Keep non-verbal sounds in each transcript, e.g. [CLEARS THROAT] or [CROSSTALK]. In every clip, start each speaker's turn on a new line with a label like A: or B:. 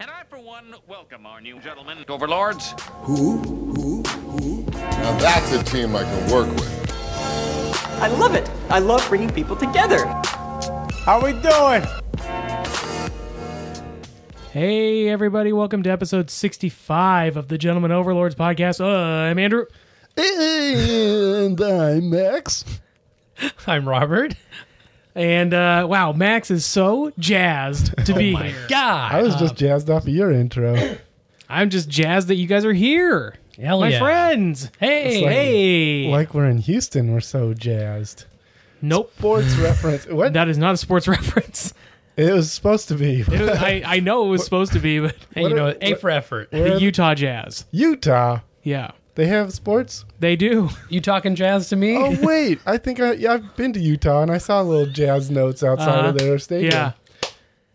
A: number one, welcome our new gentlemen, overlords.
B: Who? Who? Who?
C: Now that's a team I can work with.
D: I love it. I love bringing people together.
E: How we doing?
F: Hey, everybody, welcome to episode 65 of the Gentleman Overlords podcast. Uh, I'm Andrew.
C: And I'm Max.
F: I'm Robert. And uh, wow, Max is so jazzed to be here.
G: Oh God.
H: I was just jazzed off of your intro.
F: I'm just jazzed that you guys are here.
G: Hell
F: My
G: yeah.
F: friends. Hey,
H: like-
F: hey.
H: like we're in Houston, we're so jazzed.
F: nope.
H: Sports reference. What?
F: That is not a sports [LAUGHS] reference.
H: It was supposed to be
F: It was- I, I know it was supposed to be, but
G: Hey, you know, A for effort.
F: the Utah Jazz.
H: Utah.
F: Yeah,
H: They have sports.
F: they do.
G: You talking jazz to me?
H: Oh wait, I think I yeah, I've been to Utah and I saw little jazz notes outside
F: Uh-huh.
H: of their stadium.
F: Yeah.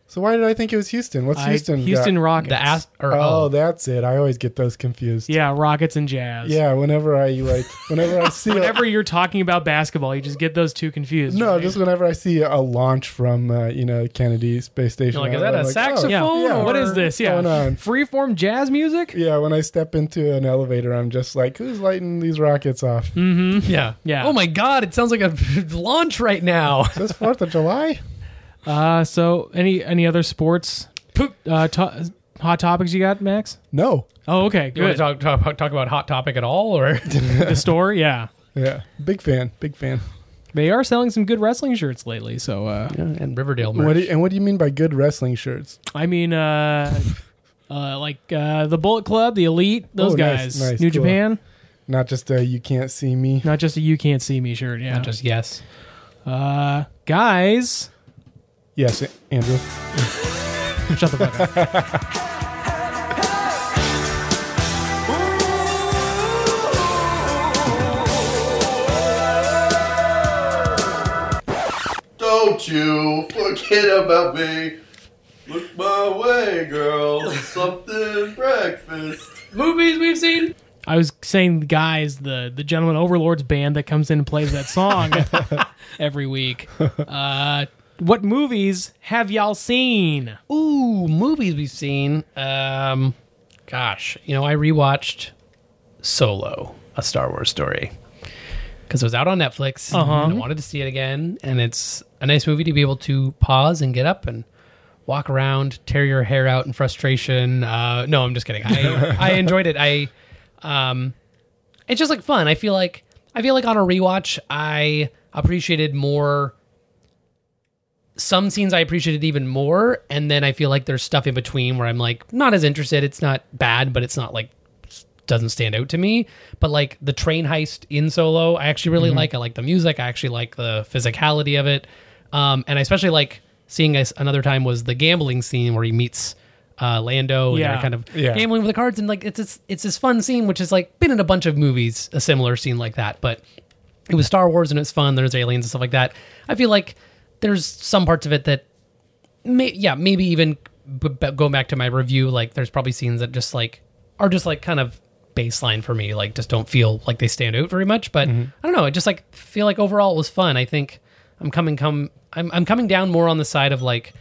H: So why did I think it was Houston? What's
F: I-
H: [LAUGHS] Houston? got?
F: Houston Rockets.
G: the ass or
H: Oh,
G: oh,
H: that's it. I always get those confused.
F: yeah, Rockets and Jazz.
H: Yeah. Whenever I like, whenever I see, a,
F: Whenever you're talking about basketball, you just get those two confused.
H: no,
F: right?
H: just whenever I see a launch from uh, you know Kennedy Space Station.
G: like,
H: out
G: is that
H: there,
G: a
H: I'm like, oh,
G: saxophone?
F: Yeah.
H: Yeah.
F: What is this? Yeah.
H: Going on.
F: Freeform jazz music?
H: Yeah, when I step into an elevator, I'm just like, who's lighting these rockets off?
G: yeah,
F: Yeah.
G: Oh my God, it sounds like a [LAUGHS] launch right [LAUGHS] now.
H: This Fourth of July?
F: Uh so any any other sports
G: Poop.
F: uh to- hot topics you got, Max?
H: No.
F: Oh, okay.
G: You want
F: Good.
G: to talk, talk talk about hot topic at all, or [LAUGHS]
F: the store, yeah.
H: Yeah, big fan, big fan.
F: They are selling some good wrestling shirts lately, so uh
G: and Riverdale merch?
H: What do you, and what do you mean by good wrestling shirts?
F: I mean uh uh like uh the Bullet Club, the Elite, those
H: Oh, nice,
F: guys.
H: nice,
F: New
H: cool.
F: Japan,
H: Not just a you can't see me.
F: not just a you can't see me shirt, yeah.
G: Not just yes.
F: uh guys,
H: Yes, A- Andrew.
F: shut the fuck up.
C: Don't you forget about me. Look my way, girl. Something breakfast.
G: Movies we've seen.
F: I was saying guys, the the gentleman overlords band that comes in and plays that song
G: [LAUGHS]
F: every week. Uh, what movies have y'all seen?
G: Ooh, movies we've seen. Um, gosh, you know, I rewatched Solo, a Star Wars story, because it was out on Netflix.
F: Uh-huh.
G: And I wanted to see it again, and it's a nice movie to be able to pause and get up and walk around, tear your hair out in frustration. Uh, no, I'm just kidding. I, I enjoyed it. I, um, it's just like fun. I feel like I feel like on a rewatch, I appreciated more some scenes I appreciated even more, and then I feel like there's stuff in between where I'm like not as interested. It's not bad, but it's not like doesn't stand out to me. But like the train heist in Solo, I actually really like. I like the music. I actually like the physicality of it, um, and I especially like seeing us another time was the gambling scene where he meets. Uh, Lando, and
F: Yeah.
G: they're kind of
H: Yeah.
G: gambling with the cards, and like it's this, it's this fun scene, which is like been in a bunch of movies, a similar scene like that. But it was Star Wars and it's fun. There's aliens and stuff like that. I feel like there's some parts of it that, may, yeah, maybe even b- b- going back to my review, like there's probably scenes that just like are just like kind of baseline for me. Like just don't feel like they stand out very much. But I don't know. I just like feel like overall it was fun. I think I'm coming come I'm I'm coming down more on the side of like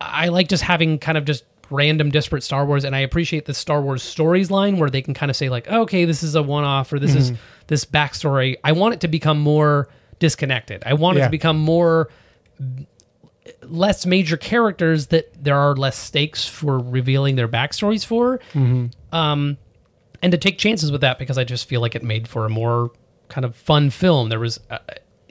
G: I like just having kind of just random disparate Star Wars, and I appreciate the Star Wars stories line where they can kind of say like, oh, okay, this is a one off or this is this backstory. I want it to become more disconnected. I want it
H: Yeah.
G: to become more less major characters that there are less stakes for revealing their backstories for Um, and to take chances with that because I just feel like it made for a more kind of fun film. There was uh,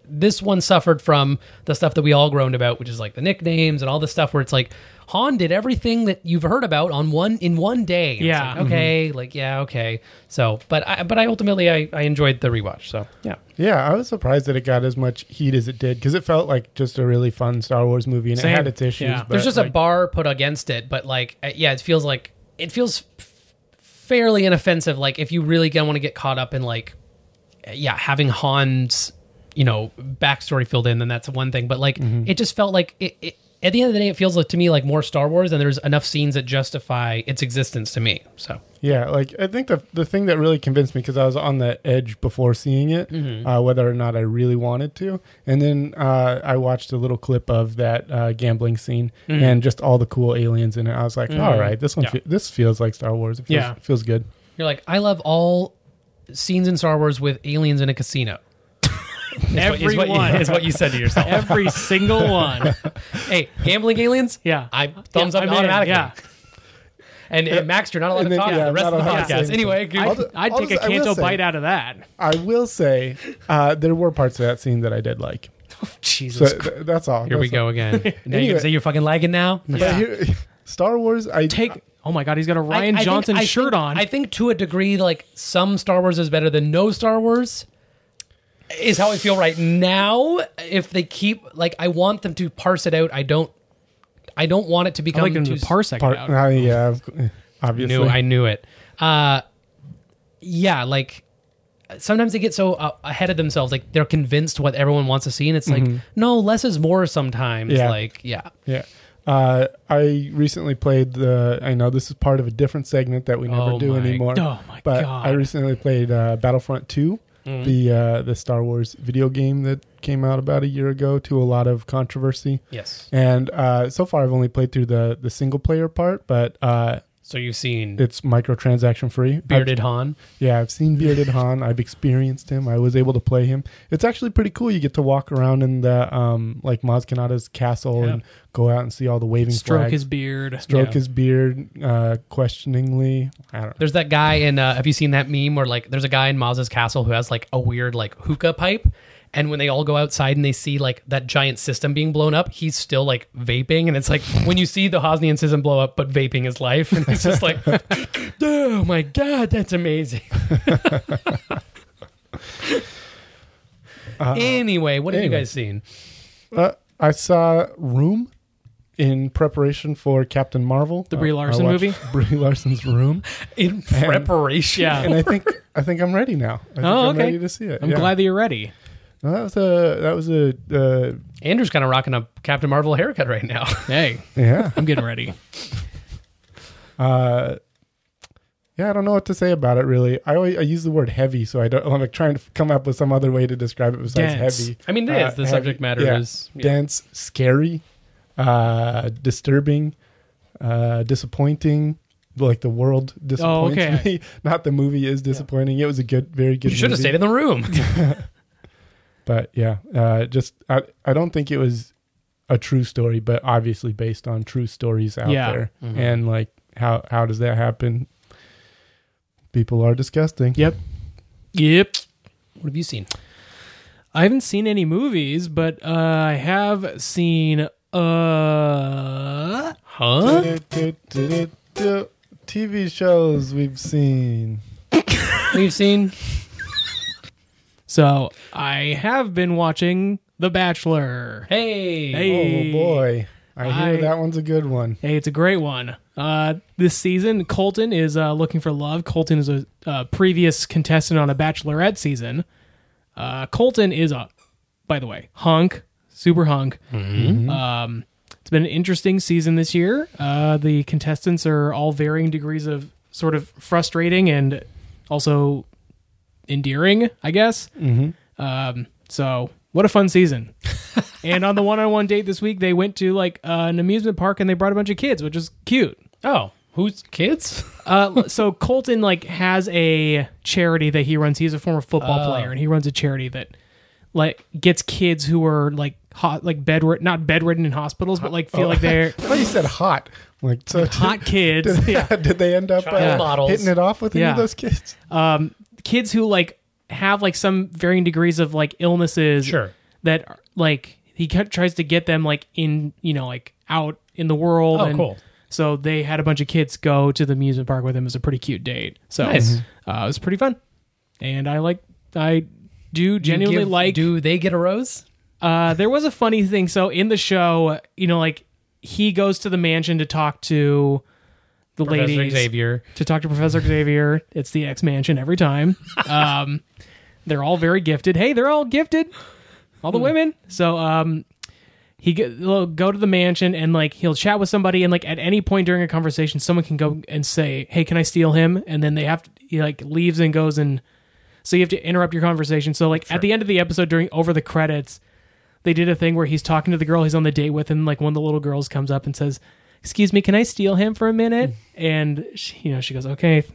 G: this one suffered from the stuff that we all groaned about, which is like the nicknames and all this stuff where it's like Han did everything that you've heard about on one in one day. And it's
F: Yeah.
G: like, okay, like yeah, okay. So, but I but I ultimately I, I enjoyed the rewatch. So yeah,
H: Yeah, I was surprised that it got as much heat as it did because it felt like just a really fun Star Wars movie and
F: Same.
H: it had its issues.
F: Yeah.
H: But
G: there's just a bar put against it, but like uh, yeah, it feels like it feels f- fairly inoffensive. Like if you really gonna want to get caught up in like uh, yeah, having Han's, you know, backstory filled in, then that's one thing. But like, it just felt like it, it, at the end of the day, it feels like to me like more Star Wars, and there's enough scenes that justify its existence to me. So
H: Yeah, like I think the the thing that really convinced me because I was on the edge before seeing it, uh, whether or not I really wanted to, and then uh, I watched a little clip of that uh, gambling scene and just all the cool aliens in it. I was like, all right, this one,
G: Yeah.
H: fe- this feels like Star Wars. It feels,
F: Yeah.
H: feels good.
G: you're like, I love all scenes in Star Wars with aliens in a casino. Is what,
F: Everyone.
G: you, is what you said to yourself.
F: Every single one.
G: hey, gambling aliens?
F: Yeah.
G: I thumbs
F: Yeah,
G: up
F: I'm in,
G: automatically.
F: Yeah.
G: And, and Max, you're not allowed
H: And
G: to
H: then-
G: talk
H: yeah,
G: the rest of
H: not
G: the
H: allowed
F: to
G: podcast.
F: say
G: Anyway,
F: I'd,
G: good.
F: I'd
H: I'll
F: take
H: just-
F: a
H: I will
F: canto
H: say-
F: bite out of that.
H: I will say uh, there were parts of that scene that I did like. So
G: Jesus,
H: th- that's all.
G: here we
H: That's all.
G: go again. Now you're
H: [LAUGHS] Anyway.
G: gonna say you're fucking lagging now.
H: But here, [LAUGHS] Star Wars, I
F: Take. Oh my God, he's got a Ryan
G: I- I think-
F: Johnson
G: I
F: shirt
G: think-
F: on.
G: I think to a degree, like some Star Wars is better than no Star Wars. Is how I feel right now. If they keep like, I want them to parse it out. I don't. I don't want it to
F: I
G: become
F: like him
G: too
F: to parsec
H: part,
F: it out.
H: uh, yeah, obviously.
G: knew I knew it. Uh, yeah, like sometimes they get so uh, ahead of themselves, like they're convinced what everyone wants to see, and it's like no, less is more. Sometimes,
H: Yeah.
G: like Mm-hmm. yeah,
H: Yeah. Uh, I recently played the. I know this is part of a different segment that we never
G: Oh
H: do
G: my-
H: anymore.
F: oh my
H: but
F: God.
H: I recently played uh, Battlefront Two, the uh, the Star Wars video game that came out about a year ago to a lot of controversy.
G: yes.
H: And uh, so far, I've only played through the the single player part, but uh,
G: So you've seen
H: it's microtransaction free.
G: bearded Han.
H: Yeah, I've seen
F: [LAUGHS]
H: bearded Han. I've experienced him. I was able to play him. It's actually pretty cool. You get to walk around in the um like Maz Kanata's castle and go out and see all the waving
F: Stroke
H: flags.
F: his beard.
H: stroke
G: yeah.
H: his beard uh questioningly. I don't know.
G: There's that guy in. Uh, have you seen that meme where like there's a guy in Maz's castle who has like a weird like hookah pipe, and when they all go outside and they see like that giant system being blown up, he's still like vaping, and it's like when you see the Hosnian system blow up, but vaping is life, and it's just like, [LAUGHS] oh my god, that's amazing. [LAUGHS] anyway, what have you
H: anyway.
G: guys seen?
H: Uh, I saw Room in preparation for Captain Marvel. The
F: Brie Larson movie?
H: [LAUGHS] Brie
F: [LAUGHS]
H: Larson's Room.
G: In preparation,
H: And
F: Yeah.
H: I think I think I'm ready now. I think
F: Oh,
H: I'm
F: okay.
H: ready to see it.
F: I'm
H: Yeah.
F: glad that you're ready.
H: No, that was a that was a
F: [LAUGHS]
H: uh,
G: Andrew's kind of rocking a Captain Marvel haircut right now. [LAUGHS]
F: Hey,
H: yeah.
F: I'm getting ready.
H: uh yeah, I don't know what to say about it really. I always, I use the word heavy, so I don't. I'm like trying to come up with some other way to describe it besides
F: Dense.
H: heavy.
G: I mean, it
H: Uh,
G: is the
H: heavy-
G: subject matter
H: yeah.
G: is yeah.
H: dense, scary, uh, disturbing, uh, disappointing. Like the world
G: Oh,
H: disappoints
F: okay.
H: me. [LAUGHS] Not the movie is disappointing. It was a good, very good.
G: You should have
H: movie.
G: stayed in the room.
H: But yeah, uh, just I, I don't think it was a true story, but obviously based on true stories out
F: Yeah.
H: there.
G: Mm-hmm.
H: And like, how how does that happen? People are disgusting.
F: Yep. Yep.
G: what have you seen?
F: I haven't seen any movies, but uh, I have seen. Uh,
G: Huh?
H: TV shows we've seen.
G: We've seen.
F: so I have been watching The Bachelor.
G: [LAUGHS] Hey.
H: Oh boy, I hear
F: I-
H: that one's a good one.
F: Hey, it's a great one. Uh, this season, Colton is uh, looking for love. Colton is a uh, previous contestant on a Bachelorette season. Uh, Colton is a, by the way, hunk, super hunk. Um, it's been an interesting season this year. Uh, the contestants are all varying degrees of sort of frustrating and also endearing, I guess. Um, so what a fun season. and on the one-on-one date this week, they went to like uh, an amusement park and they brought a bunch of kids, which is cute.
G: Oh, who's [LAUGHS] kids?
F: Uh, so Colton like has a charity that he runs. He's a former football player and he runs a charity that like gets kids who are like hot, like bedridden, not bedridden in hospitals, but like feel like they're
H: I thought you said hot. I'm Like so,
F: hot kids.
H: Did,
F: yeah.
H: [LAUGHS] did they end up
G: Child
H: uh,
G: models.
H: hitting it off with any
F: Yeah.
H: of those kids?
F: kids who like have like some varying degrees of like illnesses
G: Sure.
F: that like he ca- tries to get them like in you know like out in the world
G: Oh,
F: and
G: cool.
F: so they had a bunch of kids go to the amusement park with him it was a pretty cute date so
G: Nice.
F: uh, it was pretty fun and i like i do
G: You
F: genuinely
G: give-
F: like
G: Do they get a rose?
F: uh, there was a funny thing. So in the show, you know, like he goes to the mansion to talk to the
G: Professor
F: ladies,
G: Xavier.
F: to talk to Professor Xavier. It's the X Mansion every time. Um, they're all very gifted. Hey, they're all gifted, all the women. So um, He go- he'll go to the mansion and like he'll chat with somebody and like at any point during a conversation, someone can go and say, "Hey, can I steal him?" And then they have to he like leaves and goes and so you have to interrupt your conversation. So like at the end of the episode during over the credits, they did a thing where he's talking to the girl he's on the date with, and like one of the little girls comes up and says, "Excuse me, can I steal him for
G: [LAUGHS]
F: a minute?" And she, you know she goes, "Okay."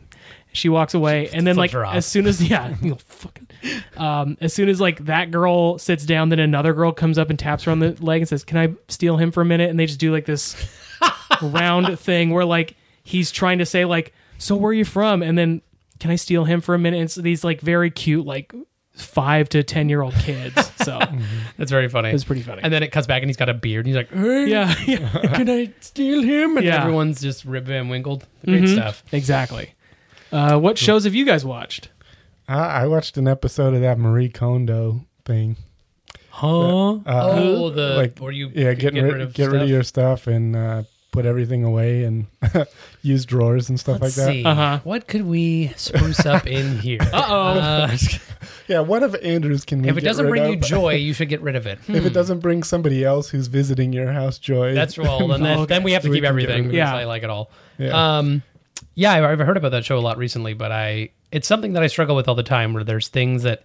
F: She walks away, and then like
G: her off.
F: as soon as [LAUGHS] yeah, you know, fucking, um, as soon as like that girl sits down, then another girl comes up and taps her on the leg and says, "Can I steal him for a minute?" And they just do like this round thing where like he's trying to say like so where are you from and then can i steal him for a minute and so these like very cute like five to ten year old kids so
G: That's very funny.
F: It's pretty funny.
G: And then it cuts back and he's got a beard and he's like, hey,
F: yeah, yeah [LAUGHS]
G: can I steal him? And
F: Yeah.
G: everyone's just rib van winkled. Great stuff.
F: exactly uh, what shows have you guys watched
H: I, I watched an episode of that Marie Kondo thing.
F: huh
H: uh,
G: oh, the where you
H: yeah
G: g-
H: getting
G: get
H: rid,
G: rid of
H: get rid
G: stuff?
H: of your stuff and uh, put everything away and [LAUGHS] use drawers and stuff
G: Let's
H: like that.
G: see.
F: Uh-huh.
G: What could we spruce up in here? [LAUGHS] Uh-oh.
H: Yeah, what if Andrews can we
G: if it
H: get
G: doesn't
H: rid
G: bring
H: of?
G: you joy, you should get rid of it.
H: If it doesn't bring somebody else who's visiting your house
G: [LAUGHS]
H: joy,
G: Hmm. That's well,
H: [LAUGHS]
G: then, then, then we have to
H: We
G: keep
H: can get
G: everything.
H: rid of
F: it.
G: because
F: Yeah.
G: I like it all.
H: Yeah.
G: Um, yeah, I've, I've heard about that show a lot recently, but I it's something that I struggle with all the time. Where there's things that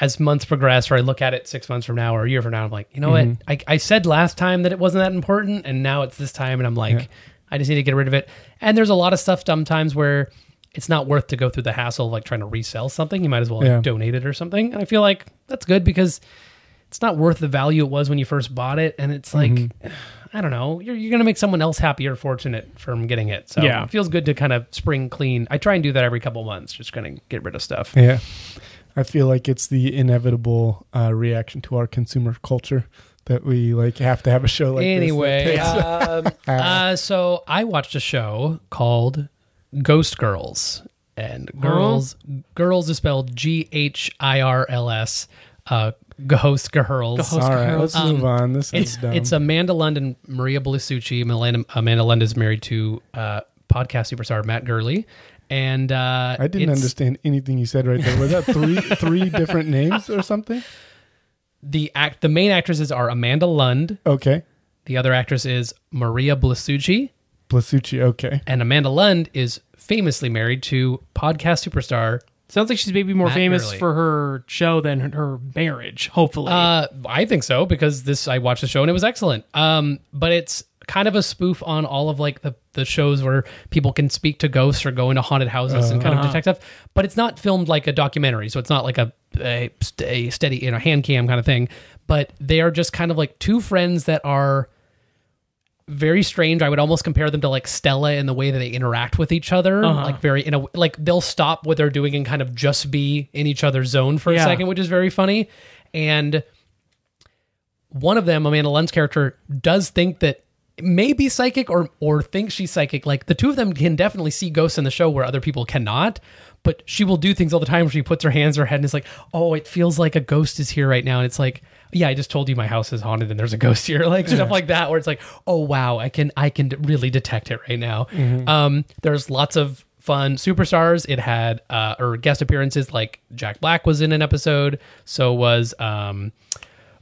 G: as months progress, or I look at it six months from now or a year from now, I'm like, you know what? I, I said last time that it wasn't that important, and now it's this time, and I'm like, I just need to get rid of it. And there's a lot of stuff sometimes where it's not worth to go through the hassle of like trying to resell something. You might as well like,
H: Yeah.
G: donate it or something. And I feel like that's good because it's not worth the value it was when you first bought it. And it's like,
H: Mm-hmm.
G: I don't know, you're, you're going to make someone else happy or fortunate from getting it. So
F: Yeah.
G: it feels good to kind of spring clean. I try and do that every couple months, just kind of get rid of stuff.
H: yeah. I feel like it's the inevitable uh, reaction to our consumer culture that we like have to have a show like
G: anyway,
H: this. that takes-
G: um, uh, so I watched a show called Ghost Girls, and girls girls is spelled G H I R L S. Uh, Ghost Girls.
H: all right, let's move on. This
G: It's
H: is dumb.
G: it's Amanda London, Maria Belisucci. Amanda, Amanda London is married to uh, podcast superstar Matt Gurley, and uh,
H: I didn't
G: it's
H: understand anything you said right there. Was that three three different names or something?
G: The act the main actresses are Amanda Lund.
H: Okay,
G: The other actress is Maria Belisucci,
H: Blasucci. Okay,
G: and Amanda Lund is famously married to podcast superstar.
F: sounds like she's maybe more
G: Matt
F: famous
G: Gurley.
F: for her show than her, her marriage hopefully
G: Uh, I think so because this I watched the show and it was excellent. Um, but it's kind of a spoof on all of like the the shows where people can speak to ghosts or go into haunted houses and kind of detect stuff. But it's not filmed like a documentary, so it's not like a a, st- a steady you know hand cam kind of thing. But they are just kind of like two friends that are very strange. I would almost compare them to like Stella in the way that they interact with each other. Like very in a like they'll stop what they're doing and kind of just be in each other's zone for
F: Yeah.
G: a second, which is very funny. And one of them, Amanda Lund's character, does think that may be psychic or or thinks she's psychic. Like the two of them can definitely see ghosts in the show where other people cannot. But she will do things all the time where she puts her hands on her head and is like, "Oh, it feels like a ghost is here right now." And it's like, "Yeah, I just told you my house is haunted and there's a ghost here." [LAUGHS] Like stuff like that, where it's like, "Oh wow, I can I can really detect it right now." Um, there's lots of fun superstars. It had uh, or guest appearances like Jack Black was in an episode. So was um,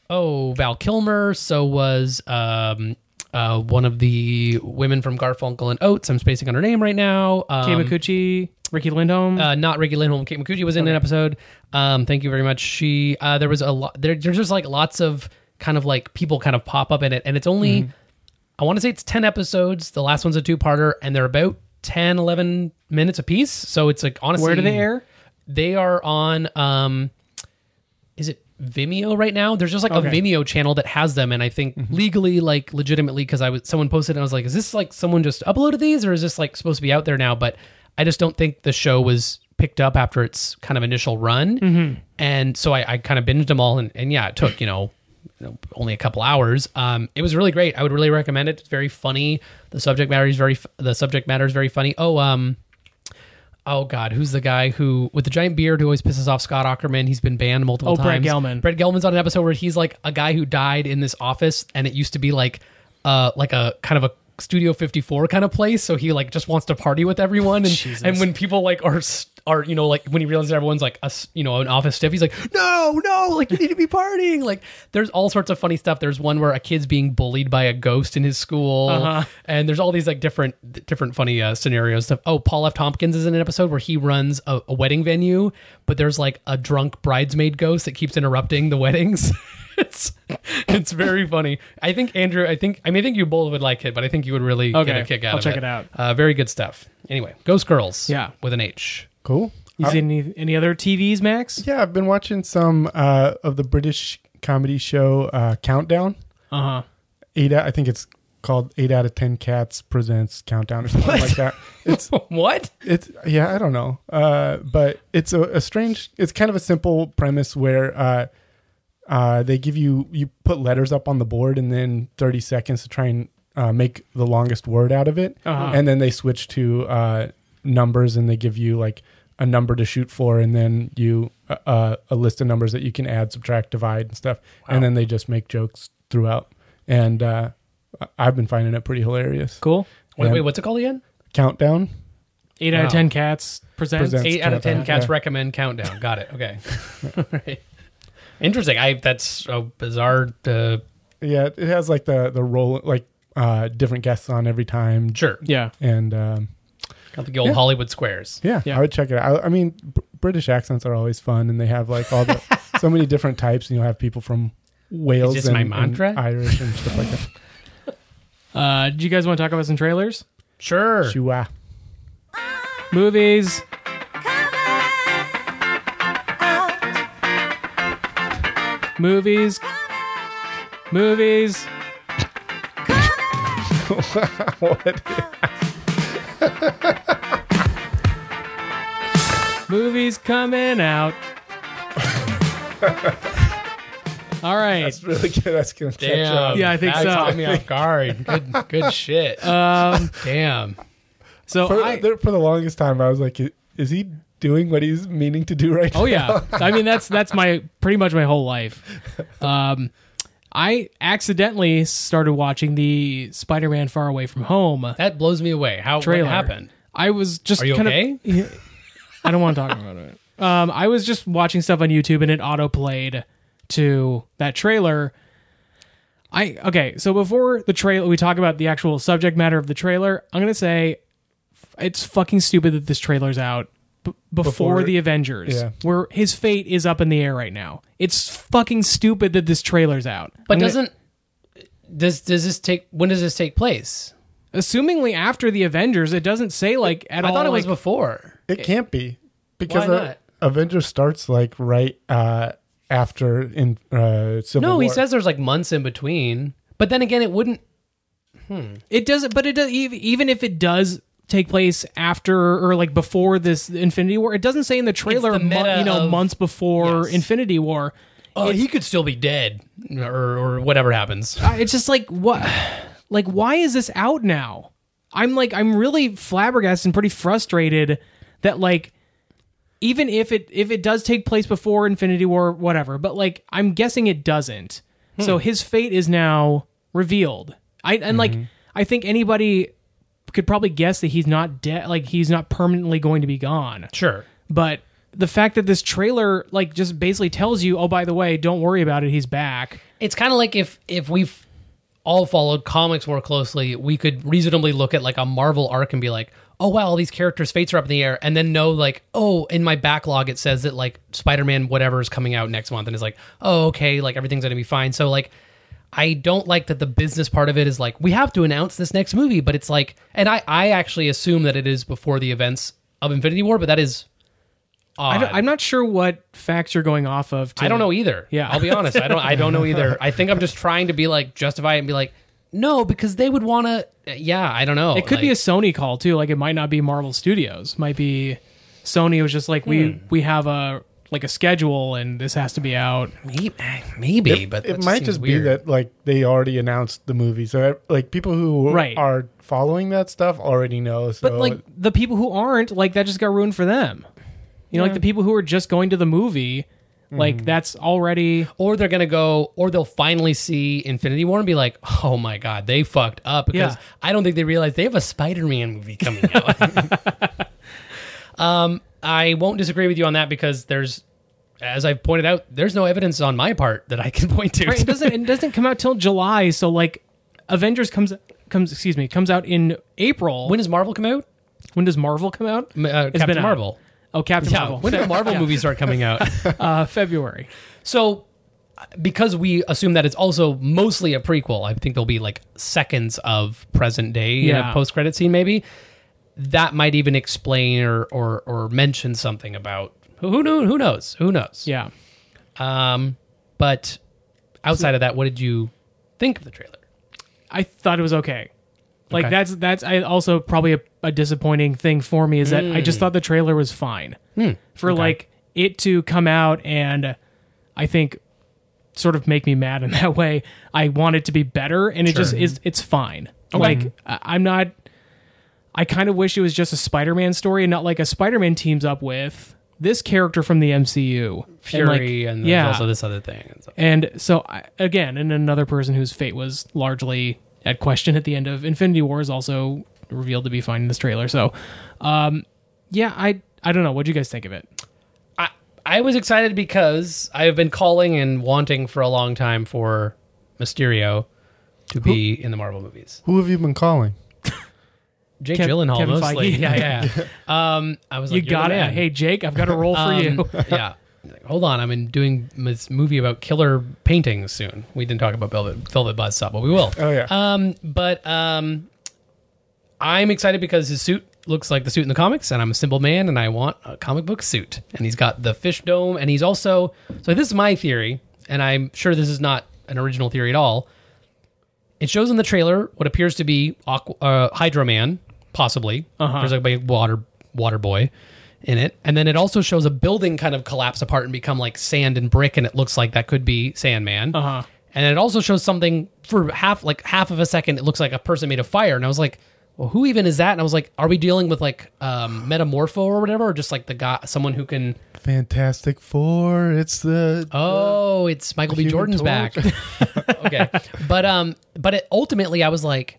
G: oh Val Kilmer. So was um, uh, one of the women from Garfunkel and Oates. I'm spacing on her name right now.
F: Kay
G: Um,
F: Micucci, ricky lindholm
G: uh, not Ricky Lindholm. Kate McCucci was in an episode. Um, thank you very much. She uh, there was a lot. There, there's just like lots of kind of like people kind of pop up in it, and it's only
F: Mm-hmm.
G: I want to say it's ten episodes. The last one's a two parter, and they're about 10, 11 minutes apiece. So it's like honestly,
F: where do they air
G: They are on. Um, is it Vimeo right now? There's just like a
F: Okay.
G: Vimeo channel that has them, and I think legally, like legitimately, because I was someone posted, and I was like, is this like someone just uploaded these, or is this like supposed to be out there now? But I just don't think the show was picked up after its kind of initial run, and so I, I kind of binged them all, and, and yeah, it took you know. you know, Only a couple hours. Um, it was really great. I would really recommend it. It's very funny. The subject matter is very. f- The subject matter is very funny. Oh, um, oh god, who's the guy who with the giant beard who always pisses off Scott Ackerman? He's been banned multiple
F: Oh, Brett
G: times.
F: Gelman.
G: Brett Gelman's on an episode where he's like a guy who died in this office, and it used to be like, uh, like a kind of a Studio 54 kind of place. So he like just wants to party with everyone, and and when people like are. St- or you know, like when he realizes everyone's like us, you know, an office stiff, he's like, no, no, like you need to be partying. Like there's all sorts of funny stuff. There's one where a kid's being bullied by a ghost in his school,
F: Uh-huh.
G: and there's all these like different, different funny uh, scenarios. Stuff. Oh, Paul F. Tompkins is in an episode where he runs a, a wedding venue, but there's like a drunk bridesmaid ghost that keeps interrupting the weddings. [LAUGHS] it's it's very funny. I think Andrew, I think I mean, I think you both would like it, but I think you would really
F: Okay,
G: get a kick out
F: I'll
G: of
F: check
G: it.
F: it out.
G: Uh, very good stuff. Anyway, Ghost Girls.
F: Yeah.
G: with an
F: [LAUGHS]
G: H.
H: Cool.
F: You see any any other TVs, Max?
H: Yeah, I've been watching some uh, of the British comedy show uh, Countdown.
F: Uh huh.
H: Eight, out, I think it's called Eight Out of Ten Cats Presents Countdown or something like that. It's
G: what?
H: it's yeah, I don't know, uh, but it's a, a strange. It's kind of a simple premise where uh, uh, they give you you put letters up on the board and then thirty seconds to try and uh, make the longest word out of it,
F: Uh-huh.
H: and then they switch to uh, numbers and they give you like a number to shoot for, and then you uh, uh, a list of numbers that you can add, subtract, divide, and stuff, and then they just make jokes throughout, and uh, I- I've been finding it pretty hilarious.
F: Cool.
G: Wait,
H: Yeah.
G: wait, what's it called again?
H: Countdown.
F: Eight out
G: Wow.
F: of ten cats presents.
H: Presents. It's
G: Eight out of ten
H: countdown,
G: cats
H: yeah.
G: recommend countdown. Got it. Okay. [LAUGHS] Alright. Interesting. I that's a bizarre. Uh,
H: Yeah, it has like the the roll like uh different guests on every time.
G: sure.
F: Yeah.
H: And um
G: Got the old
H: Yeah.
G: Hollywood squares.
H: yeah,
F: Yeah.
H: I would check it out. I, I mean, B- British accents are always fun and they have like all the
G: [LAUGHS]
H: so many different types and you'll have people from Wales
G: this
H: and,
G: my mantra?
H: and Irish and stuff like
G: [LAUGHS]
H: that.
F: Uh, do you guys want to talk about some trailers,
G: Sure.
H: Chua.
F: movies? Movies. Movies. [LAUGHS] Movies coming out. All right.
H: It's really good. That's gonna catch
G: Damn.
H: up.
F: Yeah, I think
G: that
F: so.
G: Caught me
F: [LAUGHS]
G: off guard. Good. Good shit.
F: Um,
G: Damn.
F: so
H: For,
F: I,
H: there- for the longest time, I was like, "I- "Is he doing what he's meaning to do
F: [LAUGHS]
H: right
F: Oh
H: now?"
F: yeah. I mean that's that's my pretty much my whole life. Um I accidentally started watching the Spider-Man Far Away from Home
G: That blows me away. How
F: trailer.
G: what happened?
F: I was just
G: Are you
F: kind
G: okay?
F: of [LAUGHS] I don't want to talk about it. Um I was just watching stuff on YouTube and it auto-played to that trailer. I okay, so before the trailer we talk about the actual subject matter of the trailer, I'm going to say f- it's fucking stupid that this trailer's out b- before,
H: Before-
F: the Avengers,
H: yeah.
F: where his fate is up in the air right now. It's fucking stupid that this trailer's out.
G: But
F: I'm gonna-
G: doesn't does does this take? When does this take place?
F: assumingly after the Avengers, it doesn't say like at
G: I
F: all.
G: thought it was
F: like-
G: before.
H: It can't be because
G: Oh, Why
H: uh,
G: not?
H: Avengers starts like right uh, after in uh, Civil
G: No,
H: War.
G: he says there's like months in between. But then again, it wouldn't.
F: It doesn't, but it does, ev- even if it does take place after or like before this Infinity War, it doesn't say in the trailer,
G: the
F: mon-
G: meta
F: you know,
G: of-
F: months before
G: Yes.
F: Infinity War.
G: Oh, he could still be dead, or or whatever happens.
F: I- It's just like what, like why is this out now? I'm like I'm really flabbergasted and pretty frustrated that like even if it if it does take place before Infinity War, whatever. But like I'm guessing it doesn't. So his fate is now revealed. I and like I think anybody could probably guess that he's not dead. Like he's not permanently going to be gone.
G: Sure.
F: But the fact that this trailer like just basically tells you, oh by the way, don't worry about it. He's back.
G: It's kind of like if if we've all followed comics more closely, we could reasonably look at like a Marvel arc and be like, oh wow, all these characters' fates are up in the air, and then know like, oh, in my backlog it says that like Spider-Man whatever is coming out next month, and it's like, oh okay, like everything's gonna be fine. So like. I don't like that the business part of it is like we have to announce this next movie, but it's like, and I I actually assume that it is before the events of Infinity War, but that is odd.
F: I don't, I'm not sure what facts you're going off of. To,
G: I don't know either.
F: Yeah.
G: I'll be honest. I don't. I don't know either. I think I'm just trying to be like justify it and be like, no, because they would want to. Yeah, I don't know.
F: It could be a Sony call too. Like it might not be Marvel Studios. Might be Sony was just like
G: Hmm.
F: we we have a like a schedule and this has to be out.
G: maybe, maybe but that
H: it might
G: seems
H: just
G: weird.
H: be that like they already announced the movie, so uh, like people who
F: Right.
H: are following that stuff already know. So
F: But like the people who aren't like that just got ruined for them. You know, like the people who are just going to the movie,
G: Hmm.
F: like that's [LAUGHS] already
G: or they're gonna go, or they'll finally see Infinity War and be like, oh my god, they fucked up because
F: Yeah.
G: [LAUGHS] I don't think they realize they have a Spider-Man movie coming out. um, I won't disagree with you on that because there's, as I've pointed out, there's no evidence on my part that I can point to.
F: Right, it doesn't it doesn't come out till July, so like Avengers comes comes excuse me comes out in April.
G: when does Marvel come out?
F: when does Marvel come out?
G: M- Uh,
F: It's
G: Captain
F: been out.
G: Marvel.
F: Oh,
G: [LAUGHS]
F: Captain
G: Yeah,
F: Marvel.
G: when did the Marvel
F: Yeah.
G: movies start coming [LAUGHS] out?
F: [LAUGHS] Uh, February.
G: So, because we assume that it's also mostly a prequel, I think there'll be like seconds of present day in
F: Yeah.
G: a post credit scene, maybe. That might even explain or, or or mention something about who knew who knows who knows.
F: Yeah.
G: Um, but outside of that, what did you think of the trailer?
F: I thought it was okay. Like
G: Okay.
F: that's that's I also probably a, a disappointing thing for me is that I
G: Hmm.
F: just thought the trailer was fine for like it to come out and I think sort of make me mad in [LAUGHS] that way. I want it to be better and it just is it's fine. Like I- I'm not. I kind of wish it was just a Spider-Man story and not like a Spider-Man teams up with this character from the MCU.
G: Fury and,
F: like,
G: there's also this other thing. and stuff.
F: and so, I, again, and another person whose fate was largely at question at the end of Infinity War is also revealed to be fine in this trailer. So, um, yeah, I I don't know. What do you guys think of it?
G: I I was excited because I have been calling and wanting for a long time for Mysterio to be in the Marvel movies.
H: Who have you been calling?
G: Jake
F: Kev-
G: Gyllenhaal
F: Kevin
G: mostly.
F: Feige.
G: Yeah, yeah. yeah. um, I was
F: You
G: like,
F: got it. Hey, Jake, I've got
G: [LAUGHS]
F: a role for
G: Um,
F: you.
G: yeah. Like, Hold on, I'm in doing this movie about killer paintings soon. We didn't talk about Velvet, Velvet Buzzsaw, but we will.
H: Oh yeah,
G: Um, but um, I'm excited because his suit looks like the suit in the comics, and I'm a simple man, and I want a comic book suit. And he's got the fish dome, and he's also so. This is my theory, and I'm sure this is not an original theory at all. It shows in the trailer what appears to be Aqua, uh, Hydro Man, possibly. There's like a big water water boy in it, and then it also shows a building kind of collapse apart and become like sand and brick, and it looks like that could be Sandman. Uh-huh. And it also shows something for half like half of a second. It looks like a person made of fire, and I was like, "Well, who even is that?" And I was like, "Are we dealing with like um, metamorpho or whatever, or just like the guy, someone who can?"
H: Fantastic Four. It's the
G: Oh, it's Michael B.
H: Human
G: Jordan's
H: Torch.
G: back. [LAUGHS] okay, but um, but it, ultimately, I was like,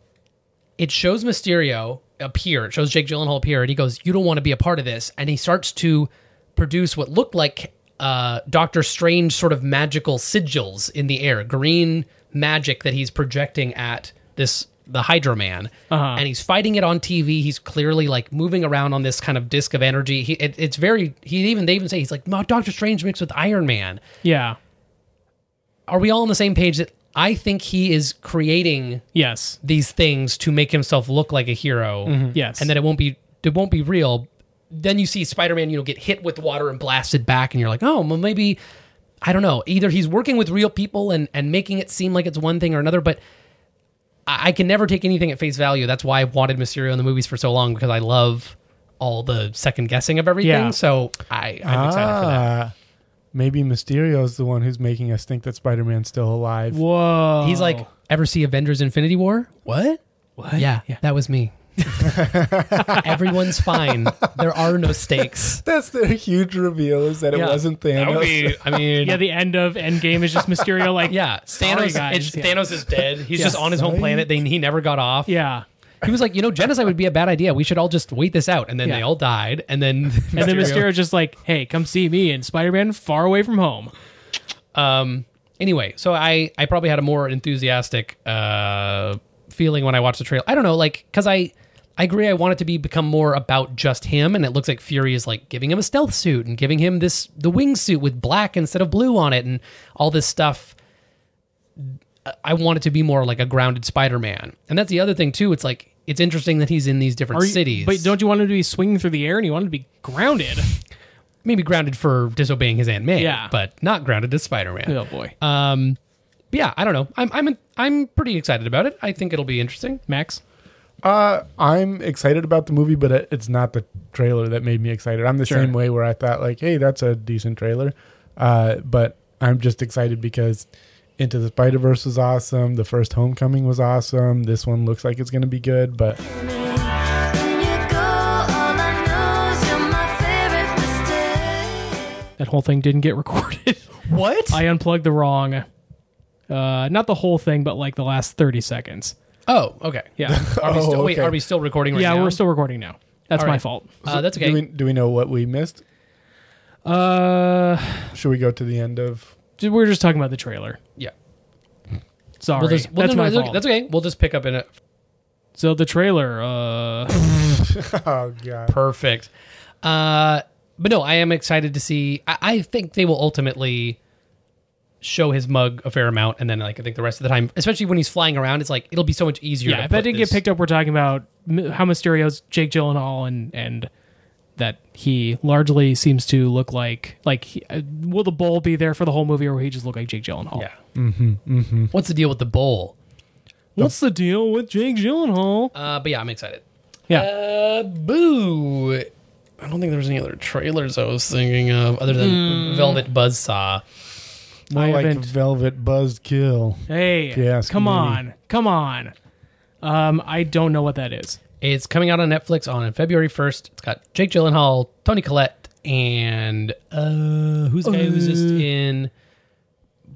G: it shows Mysterio appear. It shows Jake Gyllenhaal appear, and he goes, "You don't want to be a part of this," and he starts to produce what looked like uh, Doctor Strange sort of magical sigils in the air, green magic that he's projecting at this the Hydro Man,
H: Uh-huh.
G: and he's fighting it on TV. He's clearly like moving around on this kind of disc of energy. He, it, it's very. He even they even say he's like Doctor Strange mixed with Iron Man
F: yeah.
G: are we all on the same page that I think he is creating
F: Yes.
G: these things to make himself look like a hero,
F: Yes.
G: and that it won't be it won't be real. Then you see Spider-Man, you know, get hit with water and blasted back, and you're like, oh, well, maybe I don't know. Either he's working with real people and and making it seem like it's one thing or another, but. I I can never take anything at face value. That's why I've wanted Mysterio in the movies for so long because I love all the second guessing of everything.
F: Yeah.
G: So I, I'm excited for that.
H: Maybe Mysterio's the one who's making us think that Spider Man's still alive.
F: Whoa.
G: He's like, ever see Avengers Infinity War? What? What? Yeah, that was
F: [LAUGHS]
G: me. Everyone's fine. There are no stakes.
H: That's their huge reveal is that
G: Yeah.
H: it wasn't Thanos.
G: I mean,
F: yeah.
G: yeah,
F: The end of Endgame is just
G: [LAUGHS]
F: Mysterio. Like, Sorry,
G: Thanos,
F: guys.
G: it's-
F: Yeah.
G: Thanos is dead. He's just on his home
H: Psych.
G: planet. They, he never got off.
F: Yeah.
G: He was like, you know, genocide would be a bad idea. We should all just wait this out. And then
F: Yeah.
G: they all died. And
F: [LAUGHS]
G: then
F: And
G: [LAUGHS]
F: then Mysterio's just like, hey, come see me and Spider-Man far away from home.
G: um anyway so i i probably had a more enthusiastic uh feeling when i watched the trailer i don't know like because i i agree i want it to be become more about just him and it looks like fury is like giving him a stealth suit and giving him this the wingsuit with black instead of blue on it and all this stuff I- i want it to be more like a grounded spider-man and that's the other thing too it's like it's interesting that he's in these different
F: Are you-
G: cities
F: But don't you want him to be swinging through the air and you want him to be grounded?
G: maybe grounded for disobeying his aunt may
F: Yeah.
G: but not grounded as spider-man
F: oh boy.
G: Um, but yeah, I don't know. I'm I'm I'm pretty excited about it. I think it'll be interesting.
F: Max?
H: Uh, I'm excited about the movie, but it- it's not the trailer that made me excited. I'm the same way where I thought like, hey, that's a decent trailer, uh, but I'm just excited because Into the Spider Verse was awesome. The first Homecoming was awesome. This one looks like it's gonna be good, but
F: That whole thing didn't get recorded. [LAUGHS]
G: What?
F: I unplugged the wrong uh not the whole thing, but like the last thirty seconds.
G: oh, okay.
F: Yeah.
G: Are we still,
H: Oh,
F: [LAUGHS]
G: Wait,
H: okay.
G: are we still recording right
F: yeah,
G: now?
F: we're still recording now. That's
G: All
F: my
G: right.
F: fault.
G: Uh, that's okay.
H: Do we, do we know what we missed?
F: Uh,
H: Should we go to the end of?
F: dude, we're just talking about the trailer.
G: yeah.
F: Sorry,
G: Well, there's- well,
F: that's
G: no, no,
F: my
G: it's okay.
F: fault.
G: That's okay. We'll just pick up in it.
F: So the trailer. Uh,
H: Oh god.
G: Perfect. Uh, but no, I am excited to see. I, I think they will ultimately show his mug a fair amount, and then like I think the rest of the time, especially when he's flying around, it's like it'll be so much easier.
F: yeah,
G: to
F: if that
G: put
F: didn't
G: this-
F: get picked up, we're talking about M- how Mysterio's Jake Gyllenhaal and and that he largely seems to look like like he, uh, will the bowl be there for the whole movie, or will he just look like Jake Gyllenhaal?
G: Yeah. Mm-hmm, mm-hmm. What's the deal with the bowl?
F: What's the deal with Jake Gyllenhaal?
G: Uh, but yeah, I'm excited.
F: yeah.
G: Uh, boo. I don't think there was any other trailers I was thinking of other than Velvet Buzzsaw.
H: More
F: I
H: like
F: haven't-
H: Velvet Buzzkill.
F: Hey,
H: Yes,
F: come
H: maybe.
F: on, come on. Um, I don't know what that is.
G: It's coming out on Netflix on February 1st. It's got Jake Gyllenhaal, Tony Collette, and uh, who's the guy who's just in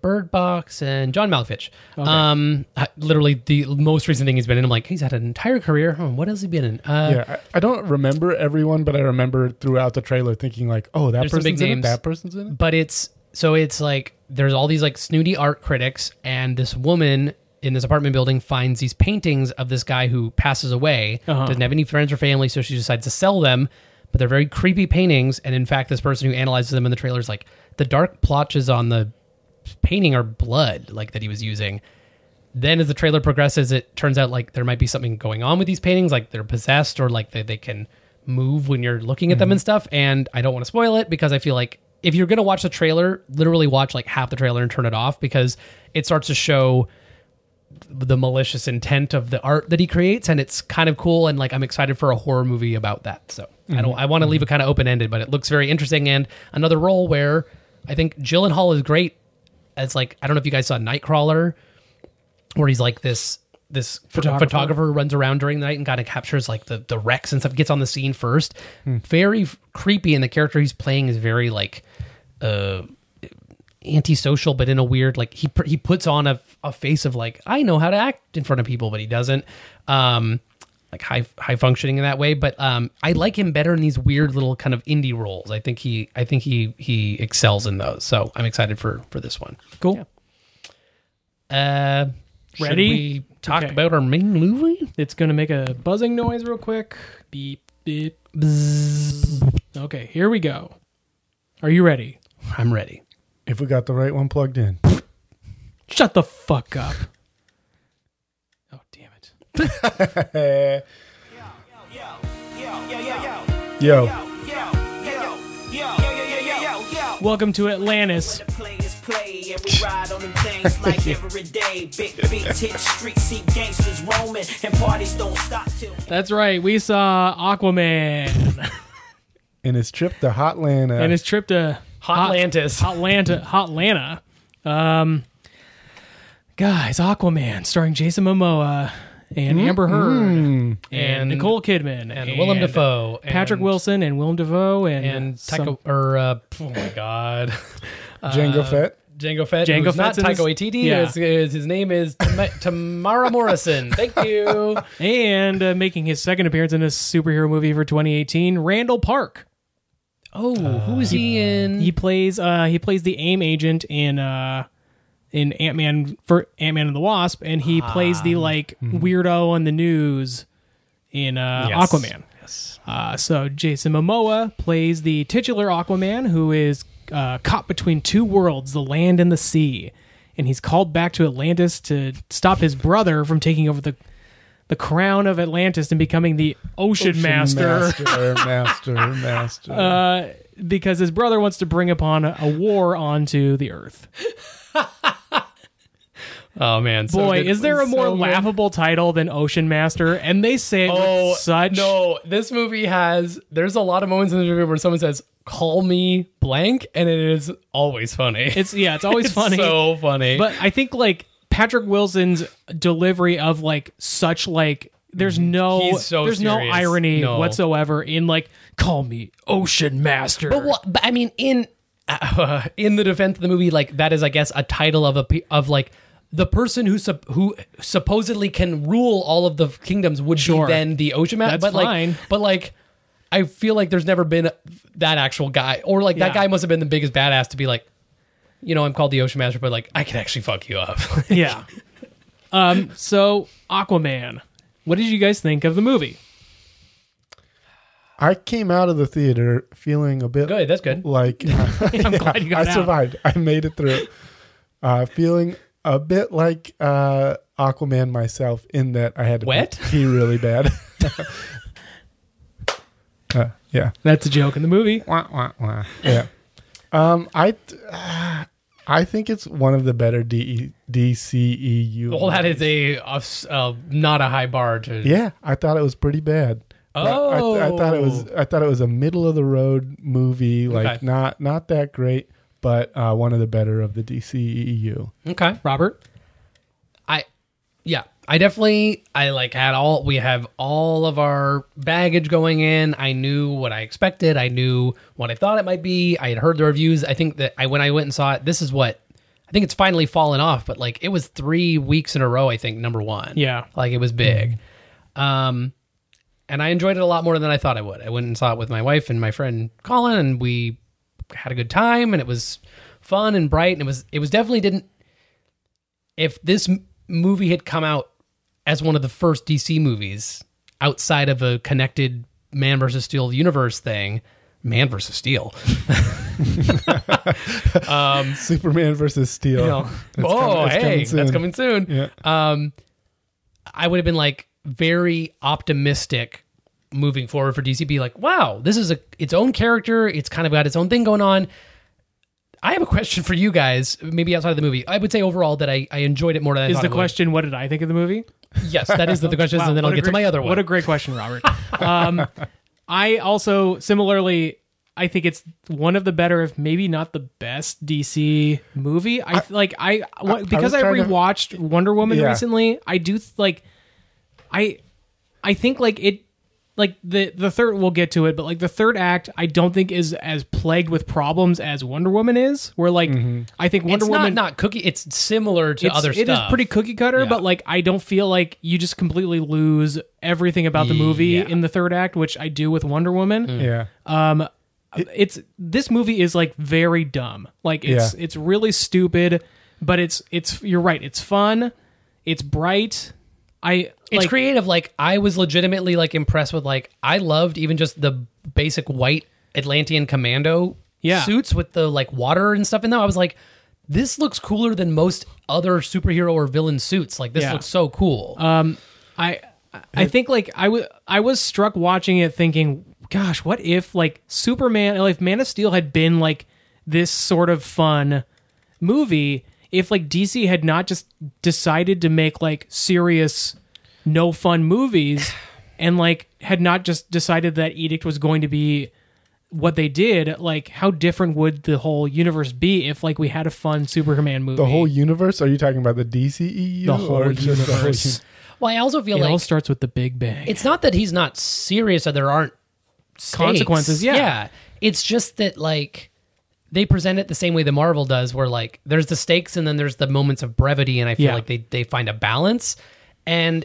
G: Bird Box and John Malkovich. Um, I- literally the most recent thing he's been in. I'm like, he's had an entire career. Huh, what else has he been in? Uh,
H: Yeah, I, I don't remember everyone, but I remember throughout the trailer thinking like, "Oh, that
G: There's some
H: person's
G: big
H: in
G: names.
H: it. That person's in it."
G: but it's so it's like there's all these like snooty art critics and this woman in this apartment building finds these paintings of this guy who passes away
H: Uh-huh.
G: doesn't have any friends or family so she decides to sell them but they're very creepy paintings and in fact this person who analyzes them in the trailer is like the dark blotches on the painting are blood like that he was using then as the trailer progresses it turns out like there might be something going on with these paintings like they're possessed or like they, they can move when you're looking at them and stuff and i don't want to spoil it because i feel like if you're going to watch the trailer literally watch like half the trailer and turn it off because it starts to show the malicious intent of the art that he creates and it's kind of cool and like i'm excited for a horror movie about that so i don't i want to leave it kind of open-ended but it looks very interesting and another role where i think gyllenhaal is great as like i don't know if you guys saw nightcrawler where he's like this this photographer, runs around during the night and kind of captures like the the wrecks and stuff gets on the scene first very f- creepy and the character he's playing is very like uh antisocial but in a weird like he pr- he puts on a, a face of like i know how to act in front of people but he doesn't um like high high functioning in that way but um i like him better in these weird little kind of indie roles i think he i think he he excels in those so i'm excited for for this one
F: Cool.
G: uh,
F: Ready?
G: Should we talk
F: Okay.
G: about our main movie?
F: It's gonna make a buzzing noise real quick. Beep beep. Okay, here we go. Are you ready?
G: I'm ready.
H: If we got the right one plugged in,
F: Shut the fuck up. [LAUGHS] Oh damn it.
H: Eh. yo,
F: Welcome to Atlantis.
I: Players play, and we ride on them things like every day. Big beats hit streets, see gangsters roaming, and parties don't stop till.
F: That's right. We saw [LAUGHS] Aquaman
H: and his trip to Hotlanta.
F: and his trip to
G: Hotlantis.
F: Hotlanta, Hotlanta. Um, guys, Aquaman, starring Jason Momoa and Amber Heard Mm-hmm. and,
G: And-
F: Nicole Kidman and,
G: and Willem Dafoe and-
F: Patrick Wilson, and Willem Dafoe and,
G: And
F: some-
G: Taika, or uh, oh my god, [LAUGHS]
H: Django
G: Uh,
H: Fett.
G: Django Fett.
F: Django
G: who's
F: Fett's in
G: not Taika
F: this?
G: Waititi.
F: Yeah.
G: His, his, his name is Tam- [LAUGHS] Tamara Morrison. Thank you.
F: and uh, making his second appearance in a superhero movie for 2018, Randall Park.
G: [LAUGHS] Oh, who is he in?
F: He plays uh, he plays the AIM agent in uh, in Ant Man for Ant Man and the Wasp, and he plays the like weirdo on the news in uh,
G: Yes.
F: Aquaman.
G: Yes.
F: Uh, so Jason Momoa plays the titular Aquaman, who is uh, caught between two worlds, the land and the sea, and he's called back to Atlantis to stop his brother from taking over the the crown of Atlantis and becoming the Ocean, Master.
H: master, master, master.
F: Uh, [LAUGHS] because his brother wants to bring upon a, a war onto the earth.
G: Oh man, so
F: Boy,
G: good.
F: is there
G: [LAUGHS]
F: a more
G: So good.
F: laughable title than Ocean Master? And they say it with
G: Oh,
F: such
G: no! This movie has. There's a lot of moments in the movie where someone says, "Call me blank," and it is always funny.
F: it's yeah, it's
G: [LAUGHS]
F: always
G: It's
F: funny.
G: So funny.
F: but I think like Patrick Wilson's delivery of like such like there's no
G: Mm-hmm. He's so
F: there's no
G: serious.
F: irony
G: No.
F: whatsoever in like call me Ocean Master.
G: But what? But I mean, in uh, [LAUGHS] in the defense of the movie, like that is, I guess, a title of a pe- of like the person who sup- who supposedly can rule all of the kingdoms would
F: Sure.
G: be then the ocean master.
F: That's
G: but like,
F: fine.
G: but like. I feel like there's never been that actual guy, or like that
F: Yeah.
G: guy must have been the biggest badass to be like, you know, I'm called the Ocean Master, but like I can actually fuck you up.
F: [LAUGHS]
G: [LAUGHS]
F: yeah. Um, so Aquaman. What did you guys think of the movie? [LAUGHS]
H: I came out of the theater feeling a bit
G: Good, that's good. [LAUGHS]
H: like
F: I'm glad you got
H: [LAUGHS] I
F: out.
H: survived. I made it through. uh, feeling a bit like uh, Aquaman myself in that I had to
G: Wet?
H: pee
G: [LAUGHS]
H: really bad. Uh, yeah.
F: That's a joke in the movie.
H: Wah, wah, wah. Yeah. Um, I th- ah, I think it's one of the better D- E DCEU.
G: well, that is a a s- uh, not a high bar to. oh.
H: Yeah, I thought it was pretty bad. But I, th- I thought it was. I thought it was a middle of the road movie, like
G: Okay.
H: not not that great, but uh, one of the better of the E DCEU.
G: Okay.
F: Robert.
G: I yeah, I definitely I like had all we have all of our baggage going in. I knew what I expected. I knew what I thought it might be. I had heard the reviews. I think that I when I went and saw it, this is what I think it's finally fallen off, but like it was 3 weeks in a row I think number 1.
F: Yeah.
G: Like it was big. Um and I enjoyed it a lot more than I thought I would. I went and saw it with my wife and my friend Colin and we had a good time and it was fun and bright and it was it was definitely didn't if this m- movie had come out as one of the first DC movies outside of a connected Man versus Steel universe thing, Man versus
F: [LAUGHS]
G: Steel.
H: Superman versus Steel.
G: [LAUGHS]
H: That's
G: oh,
H: coming- that's
G: hey,
H: coming soon.
G: that's coming soon. Um,
H: Yeah.
G: I would have been like very optimistic moving forward for DCB. Like, wow, this is a its own character. It's kind of got its own thing going on. I have a question for you guys, maybe outside of the movie. I would say overall that I, I enjoyed it more than I
F: Is
G: thought
F: the
G: I would.
F: question what did I think of the movie?
G: Yes, that
F: [LAUGHS]
G: is the, the question,
F: Wow,
G: and then
F: what
G: I'll
F: a
G: get to
F: great-
G: my other one.
F: What a great question, Robert. um, [LAUGHS] I also similarly, I think it's one of the better, if maybe not the best DC movie. I, like I, wa- because I,
H: trying to-
F: rewatched Wonder Woman
H: Yeah.
F: recently. I do th- like, I, I think like it. Like the the third, we'll get to it, but like the third act, I don't think is as plagued with problems as Wonder Woman is. Where like
G: Mm-hmm.
F: I think Wonder
G: it's
F: Woman
G: not not cookie. It's similar to
F: it's-
G: other
F: It is
G: stuff.
F: pretty cookie cutter,
G: Yeah.
F: but like I don't feel like you just completely lose everything about the movie
G: Yeah. Mm.
F: in the third act, which I do with Wonder Woman.
H: yeah.
F: It's this movie is like very dumb. Like it's
H: Yeah.
F: it's really stupid, but it's it's you're right. It's fun. It's bright. I
G: It's
F: like,
G: creative. Like I was legitimately like impressed with like I loved even just the basic white Atlantean commando
F: Yeah.
G: suits with the like water and stuff in them. I was like, this looks cooler than most other superhero or villain suits. Like this
F: Yeah. Uh,
G: looks so cool.
F: I I think like I was I was struck watching it thinking, gosh, what if like Superman like, if Man of Steel had been like this sort of fun movie if like DC had not just decided to make like serious no fun
H: [SIGHS]
F: movies and like had not just decided that Edict was going to be what they did like how different would the whole universe be if like we had a fun Superman movie
H: The whole universe? Are you talking about the DCEU?
F: the whole
H: E or just the whole
F: universe
G: well, I also feel
F: it
G: like
F: all starts with the big bang
G: it's not that he's not serious or there aren't stakes.
F: Consequences, yeah.
G: yeah. It's just that like they present it the same way the Marvel does, where like there's the stakes and then there's the moments of brevity, and I feel
F: Yeah.
G: like they they find a balance. And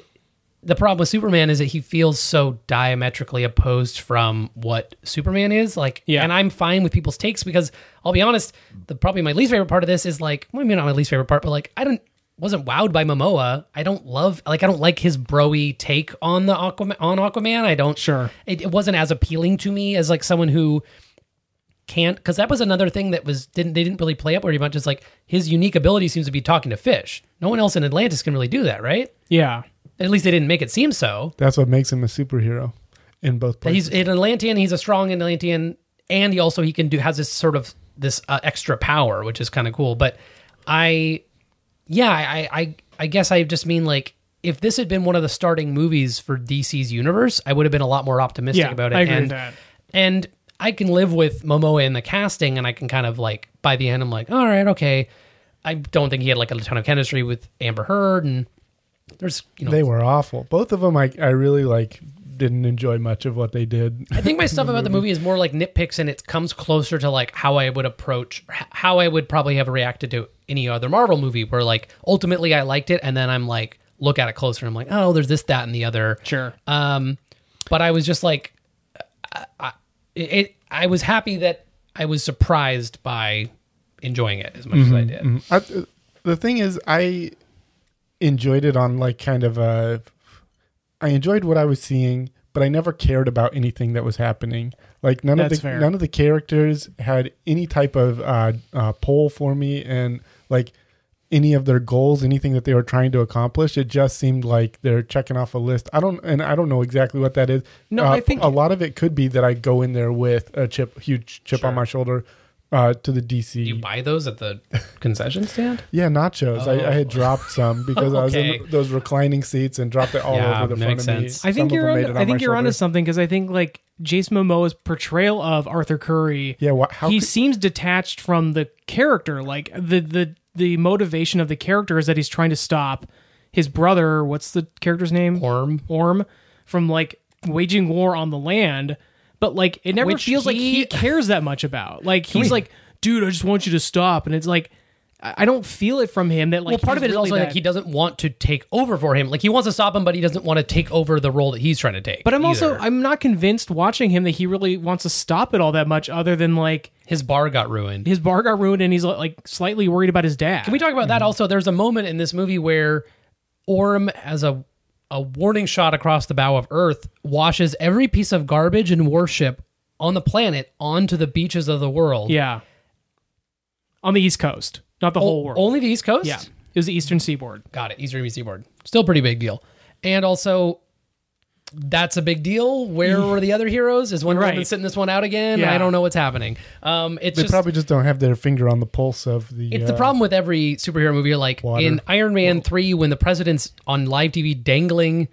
G: the problem with Superman is that he feels so diametrically opposed from what Superman is. Like,
F: Yeah.
G: and I'm fine with people's takes because I'll be honest, the probably my least favorite part of this is like, well, maybe not my least favorite part, but like I don't wasn't wowed by Momoa. I don't love like I don't like his broy take on the Aquaman on Aquaman. I don't
F: Sure.
G: it, it wasn't as appealing to me as like someone who can't because that was another thing that was didn't they didn't really play up very much. Is like his unique ability seems to be talking to fish. No one else in Atlantis can really do that, right?
F: yeah
G: At least they didn't make it seem so.
H: That's what makes him a superhero in both
G: That
H: places.
G: he's an Atlantean. He's a strong Atlantean, and he also he can do has this sort of this uh, extra power, which is kind of cool. But I, yeah, I, I, I guess I just mean like if this had been one of the starting movies for DC's universe, I would have been a lot more optimistic
F: Yeah,
G: about it.
F: I agree
G: and,
F: with that.
G: And I can live with Momoa in the casting, and I can kind of like by the end, I'm like, all right, okay. I don't think he had like a ton of chemistry with Amber Heard, and there's you know
H: they were awful. Both of them, I, I really like. Didn't enjoy much of what they did.
G: I think my stuff about the movie is more like nitpicks, and it comes closer to like how I would approach, h- how I would probably have reacted to any other Marvel movie, where like ultimately I liked it, and then I'm like look at it closer, and I'm like, oh, there's this, that, and the other.
F: sure
G: Um, but I was just like, it, it I was happy that I was surprised by enjoying it as much
F: Mm-hmm,
G: as I did.
H: I, the thing is, I enjoyed it on like kind of a. I enjoyed what I was seeing, but I never cared about anything that was happening. Like none
F: That's
H: of the
F: fair.
H: none of the characters had any type of uh, uh, pull for me, and like any of their goals, anything that they were trying to accomplish. It just seemed like they're checking off a list. I don't, and I don't know exactly what that is.
F: No,
H: Uh,
F: I think-
H: a lot of it could be that I go in there with a chip, huge chip on my shoulder. Uh, to the DC
G: You buy those at the concession stand?
H: yeah, nachos. I, I had
G: [LAUGHS]
H: dropped some because I was
G: Oh. Okay.
H: in those reclining seats and dropped it all
G: Yeah,
H: over the
G: that
H: front
G: makes
H: of me.
G: sense.
F: I think
H: Some of
F: you're
H: them
F: on,
H: made it
F: I think
H: my
F: you're onto
H: shoulder.
F: something because I think like Jason Momoa's portrayal of Arthur Curry.
H: Yeah, wha- how
F: he
H: could-
F: seems detached from the character. Like the the the motivation of the character is that he's trying to stop his brother. What's the character's name?
G: Orm.
F: Orm from like waging war on the land. But like it never
G: Which
F: feels like
G: he-
F: he cares that much about. Like he's like, dude, I just want you to stop, and it's like. I I don't feel it from him that like
G: well, part of
F: he's
G: it is
F: really
G: also like
F: that-
G: he doesn't want to take over for him. Like he wants to stop him, but he doesn't want to take over the role that he's trying to take.
F: But I'm also
G: either.
F: I'm not convinced watching him that he really wants to stop it all that much, other than like
G: his bar got ruined.
F: his bar got ruined and he's like slightly worried about his dad.
G: Can we talk about
F: Mm-hmm.
G: that also? There's a moment in this movie where Orm, as a a warning shot across the bow of Earth, washes every piece of garbage and warship on the planet onto the beaches of the world.
F: Yeah. On the East Coast, not the
G: O-
F: whole world.
G: Only the East Coast.
F: yeah, it was the Eastern Seaboard.
G: Got it. Eastern Seaboard. Still pretty big deal. And also, that's a big deal. Where were the other heroes? Is one
F: Right.
G: woman sitting this one out again?
F: Yeah.
G: I don't know what's happening. Um, it's
H: They
G: just,
H: probably just don't have their finger on the pulse of the.
G: It's
H: uh,
G: the problem with every superhero movie. Like
H: Water.
G: in Iron Man three, when the president's on live TV dangling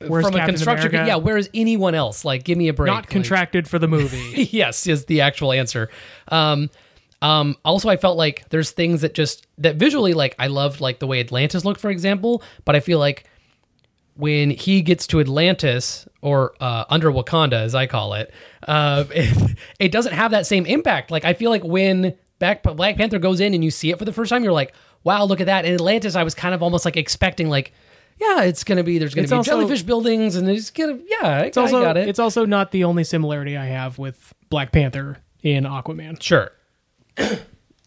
F: Where's
G: from
F: Captain
G: a construction.
F: America?
G: Yeah, where is anyone else? Like, give me a break.
F: Not contracted for the movie. [LAUGHS]
G: Like, yes, is the actual answer. Um, um, also, I felt like there's things that just that visually, like I loved like the way Atlantis looked, for example. But I feel like when he gets to Atlantis or uh, under Wakanda, as I call it, uh, [LAUGHS] it, it doesn't have that same impact. Like I feel like when Black, Black Panther goes in and you see it for the first time, you're like, "Wow, look at that!" In Atlantis, I was kind of almost like expecting like. Yeah, it's gonna be. There's gonna
F: It's
G: be
F: also-
G: jellyfish buildings, and there's gonna. Yeah,
F: It's also
G: I got it.
F: it's also not the only similarity I have with Black Panther in Aquaman.
G: sure.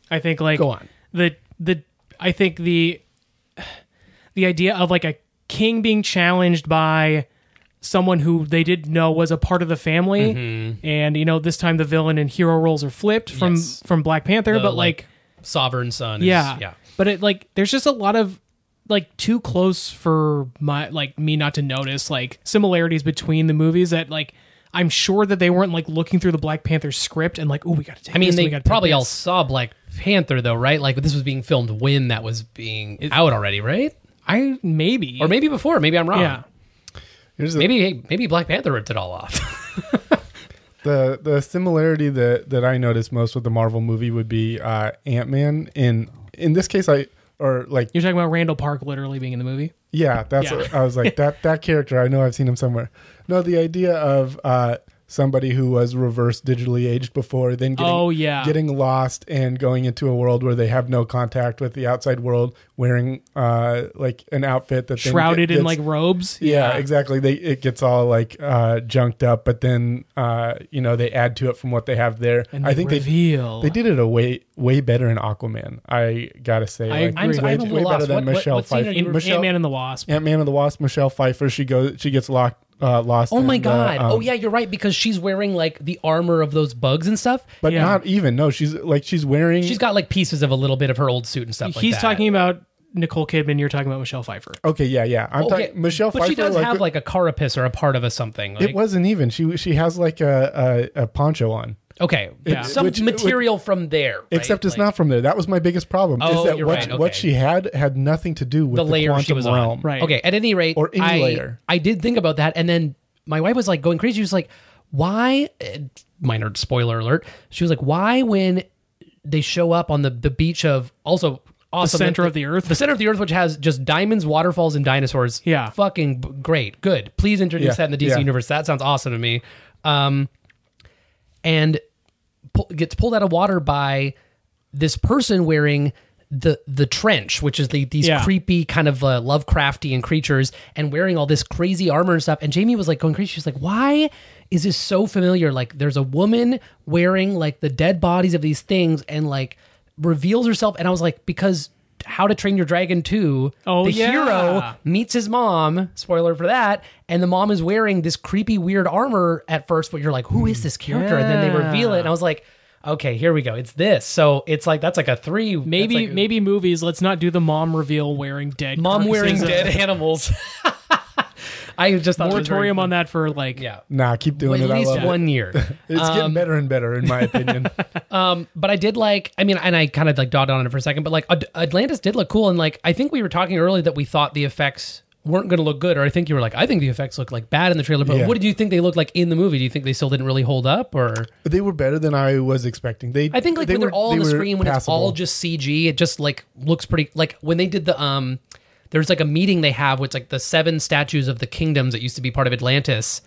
F: I think like
G: Go on.
F: The the I think the the idea of like a king being challenged by someone who they didn't know was a part of the family and you know this time the villain and hero roles are flipped
G: Mm-hmm.
F: from
G: Yes.
F: from Black Panther
G: the,
F: but like,
G: sovereign son.
F: yeah.
G: is, yeah.
F: But it like there's just a lot of like too close for my like me not to notice like similarities between the movies that like I'm sure that they weren't like looking through the Black Panther script and like oh we got to take
G: I mean,
F: this, we
G: they
F: gotta take
G: probably
F: this.
G: all saw Black Panther though, right? Like this was being filmed when that was being out already, right?
F: I maybe
G: Or maybe before. Maybe I'm wrong.
F: yeah
H: Here's the,
G: Maybe hey, maybe Black Panther ripped it all
H: [LAUGHS]
G: off.
H: the the similarity that that I noticed most with the Marvel movie would be uh, Ant Man. In in this case, I or like
F: You're talking about Randall Park literally being in the movie?
H: Yeah, that's.
F: Yeah.
H: I was like that. That character. I know I've seen him somewhere. No, the idea of uh, somebody who was reverse digitally aged before, then getting,
F: Oh, yeah.
H: getting lost and going into a world where they have no contact with the outside world, wearing uh, like an outfit that then
F: Shrouded
H: get-
F: in
H: gets-
F: like robes.
H: yeah, exactly. They it gets all like uh, junked up, but then uh, you know they add to it from what they have there.
F: And
H: I
F: they
H: think
F: reveal.
H: they they did it a way way better in Aquaman. I gotta
F: I
H: say, like,
F: agree. I'm-
H: way,
F: I'm a
G: little
H: way
G: lost.
H: better than
G: What- what-
H: Michelle
G: what scene are
H: Pfeiffer.
G: you-
H: Michelle-
F: Ant Man and the Wasp.
H: Ant Man and the Wasp, Michelle Pfeiffer. She goes, she gets locked, uh, lost.
G: oh my
H: in the,
G: god.
H: um,
G: oh yeah, you're right because she's wearing like the armor of those bugs and stuff.
H: but
F: Yeah.
H: not even. No, she's like she's wearing.
G: She's got like pieces of a little bit of her old suit and stuff. like
F: He's
G: that.
F: talking about Nicole Kidman. You're talking about Michelle Pfeiffer.
H: okay, yeah, yeah. I'm
G: Okay,
H: talking Michelle
G: but
H: Pfeiffer.
G: she does
H: like,
G: have like a carapace or a part of a something. Like,
H: it wasn't even. She she has like a a, a poncho on.
G: okay,
F: Yeah.
G: some
H: Which-
G: material from there. right?
H: Except it's
G: Like-
H: not from there. That was my biggest problem.
G: Oh,
H: is that
G: you're
H: what,
G: right,
H: what
G: okay.
H: she had had nothing to do with
G: the
H: the,
G: layer
H: quantum
G: she was
H: realm.
G: on.
F: Right.
G: Okay. At any rate,
H: Or any
G: I,
H: layer.
G: I did think about that, and then my wife was like going crazy. She was like, "Why?" eh, Minor spoiler alert. She was like, "Why when they show up on the the beach of also." Awesome.
F: center of the earth?
G: The center of the earth, which has just diamonds, waterfalls, and dinosaurs.
F: Yeah.
G: Fucking b- great. Good. Please introduce
H: Yeah,
G: that in the DC
H: yeah.
G: universe. That sounds awesome to me. Um, and pu- gets pulled out of water by this person wearing the the trench, which is the these
F: Yeah.
G: creepy kind of uh, Lovecraftian creatures, and wearing all this crazy armor and stuff. And Jamie was like going crazy. She's like, "Why is this so familiar? Like, there's a woman wearing like the dead bodies of these things, and like reveals herself." And I was like, "Because." How to Train Your Dragon 2,
F: Oh,
G: the
F: yeah.
G: hero meets his mom, spoiler for that, and the mom is wearing this creepy, weird armor at first, but you're like, who is this character? And then they reveal it, and I was like, okay, here we go. It's this. So it's like, that's like a three. that's
F: Maybe
G: like a-
F: maybe movies. Let's not do the mom reveal wearing dead.
G: mom
F: carcasses
G: wearing
F: of-
G: dead [LAUGHS] animals. I just thought it was very-
F: Moratorium on that for like
G: Yeah.
H: Nah, keep doing
G: At
H: it. I
G: least
H: love it.
G: one um, year.
H: It's getting better and better,
G: [LAUGHS]
H: in my opinion.
G: but I did like, I mean, and I kind of like dotted on it for a second, but like Ad- Atlantis did look cool. And like, I think we were talking earlier that we thought the effects weren't going to look good. Or I think you were like, I think the effects look like bad in the trailer, but
H: Yeah.
G: what did you think they looked like in the movie? Do you think they still didn't really hold up or?
H: But they were better than I was expecting. They,
G: I think like
H: they
G: when they're
H: were-
G: all on
H: they
G: the
H: were
G: screen, when it's all
H: passable.
G: just CG, it just like looks pretty. Like when they did the um, there's like a meeting they have with like the seven statues of the kingdoms that used to be part of Atlantis,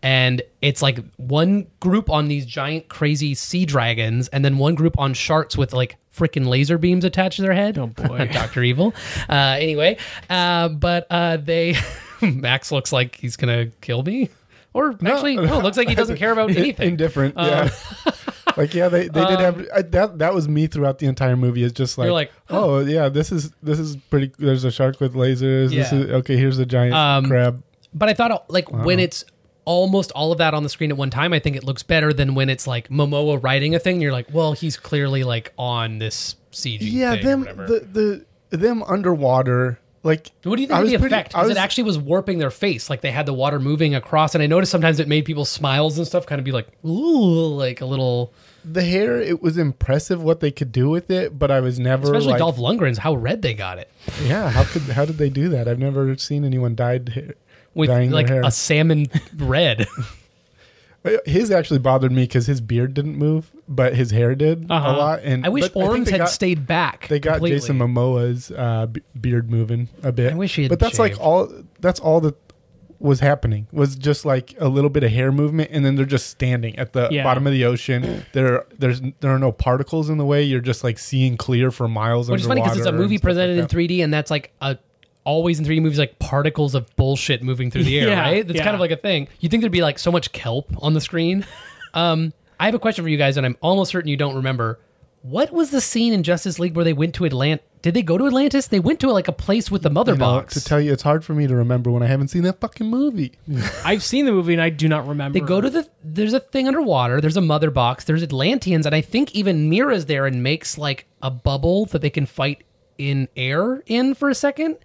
G: and it's like one group on these giant crazy sea dragons, and then one group on sharks with like freaking laser beams attached to their head. Oh boy, [LAUGHS] Doctor Evil. Uh, anyway, uh, but uh, they [LAUGHS] Max looks like he's gonna kill me. Or actually, no, it looks like he doesn't care
H: [LAUGHS]
G: about [LAUGHS] anything. Uh, um,
H: Indifferent. yeah. [LAUGHS] like yeah, they, they did have I, that. That was me throughout the entire movie. Is just like,
G: You're like,
H: oh yeah, this is this is pretty. There's a shark with lasers.
G: Yeah.
H: This
G: Um,
H: is okay. Here's a giant crab.
G: But I thought like when it's almost all of that on the screen at one time, I think it looks better than when it's like Momoa writing a thing. You're like, well, he's clearly like on this CG.
H: Yeah,
G: thing or
H: them
G: whatever.
H: the the them underwater. Like,
G: what do you think
H: I
G: of the
H: was pretty-
G: effect?
H: I
G: Because
H: was-
G: it actually was warping their face, like they had the water moving across, and I noticed sometimes it made people's smiles and stuff kind of be like, ooh, like a little.
H: the hair. It was impressive what they could do with it, but I was never
G: Especially
H: like,
G: Dolph Lundgren's, how red they got it
H: yeah. How could how did they do that? I've never seen anyone dyed hair.
G: with
H: dyeing
G: like
H: their hair.
G: a salmon red. [LAUGHS]
H: His actually bothered me because his beard didn't move, but his hair did a lot. And
G: Uh-huh. I wish
H: but think
G: Orms
H: they
G: had
H: got-
G: stayed back.
H: They got
G: completely.
H: Jason Momoa's uh, b- beard moving a bit.
G: I wish he had
H: But that's
G: shaved.
H: like all. That's all that was happening was just like a little bit of hair movement, and then they're just standing at the
F: Yeah.
H: bottom of
G: [CLEARS THROAT]
H: the ocean. There, there's there are no particles in the way. You're just like seeing clear for miles.
G: which is funny because it's a movie presented in 3D, and that's like a always in 3D movies like particles of bullshit moving through the air,
F: [LAUGHS] Yeah,
G: right? That's
F: yeah.
G: kind of like a thing. You think there'd be like so much kelp on the
F: [LAUGHS]
G: screen? Um, I have a question for you guys, and I'm almost certain you don't remember. What was the scene in Justice League where they went to Atlant? Did they go to Atlantis? They went to like a place with the mother box.
H: To tell you, it's hard for me to remember when I haven't seen that fucking movie.
F: I've seen the movie and I do not remember.
G: They go to the there's a thing underwater. There's a mother box. There's Atlanteans, and I think even Mira's there and makes like a bubble that they can fight in air in for a second.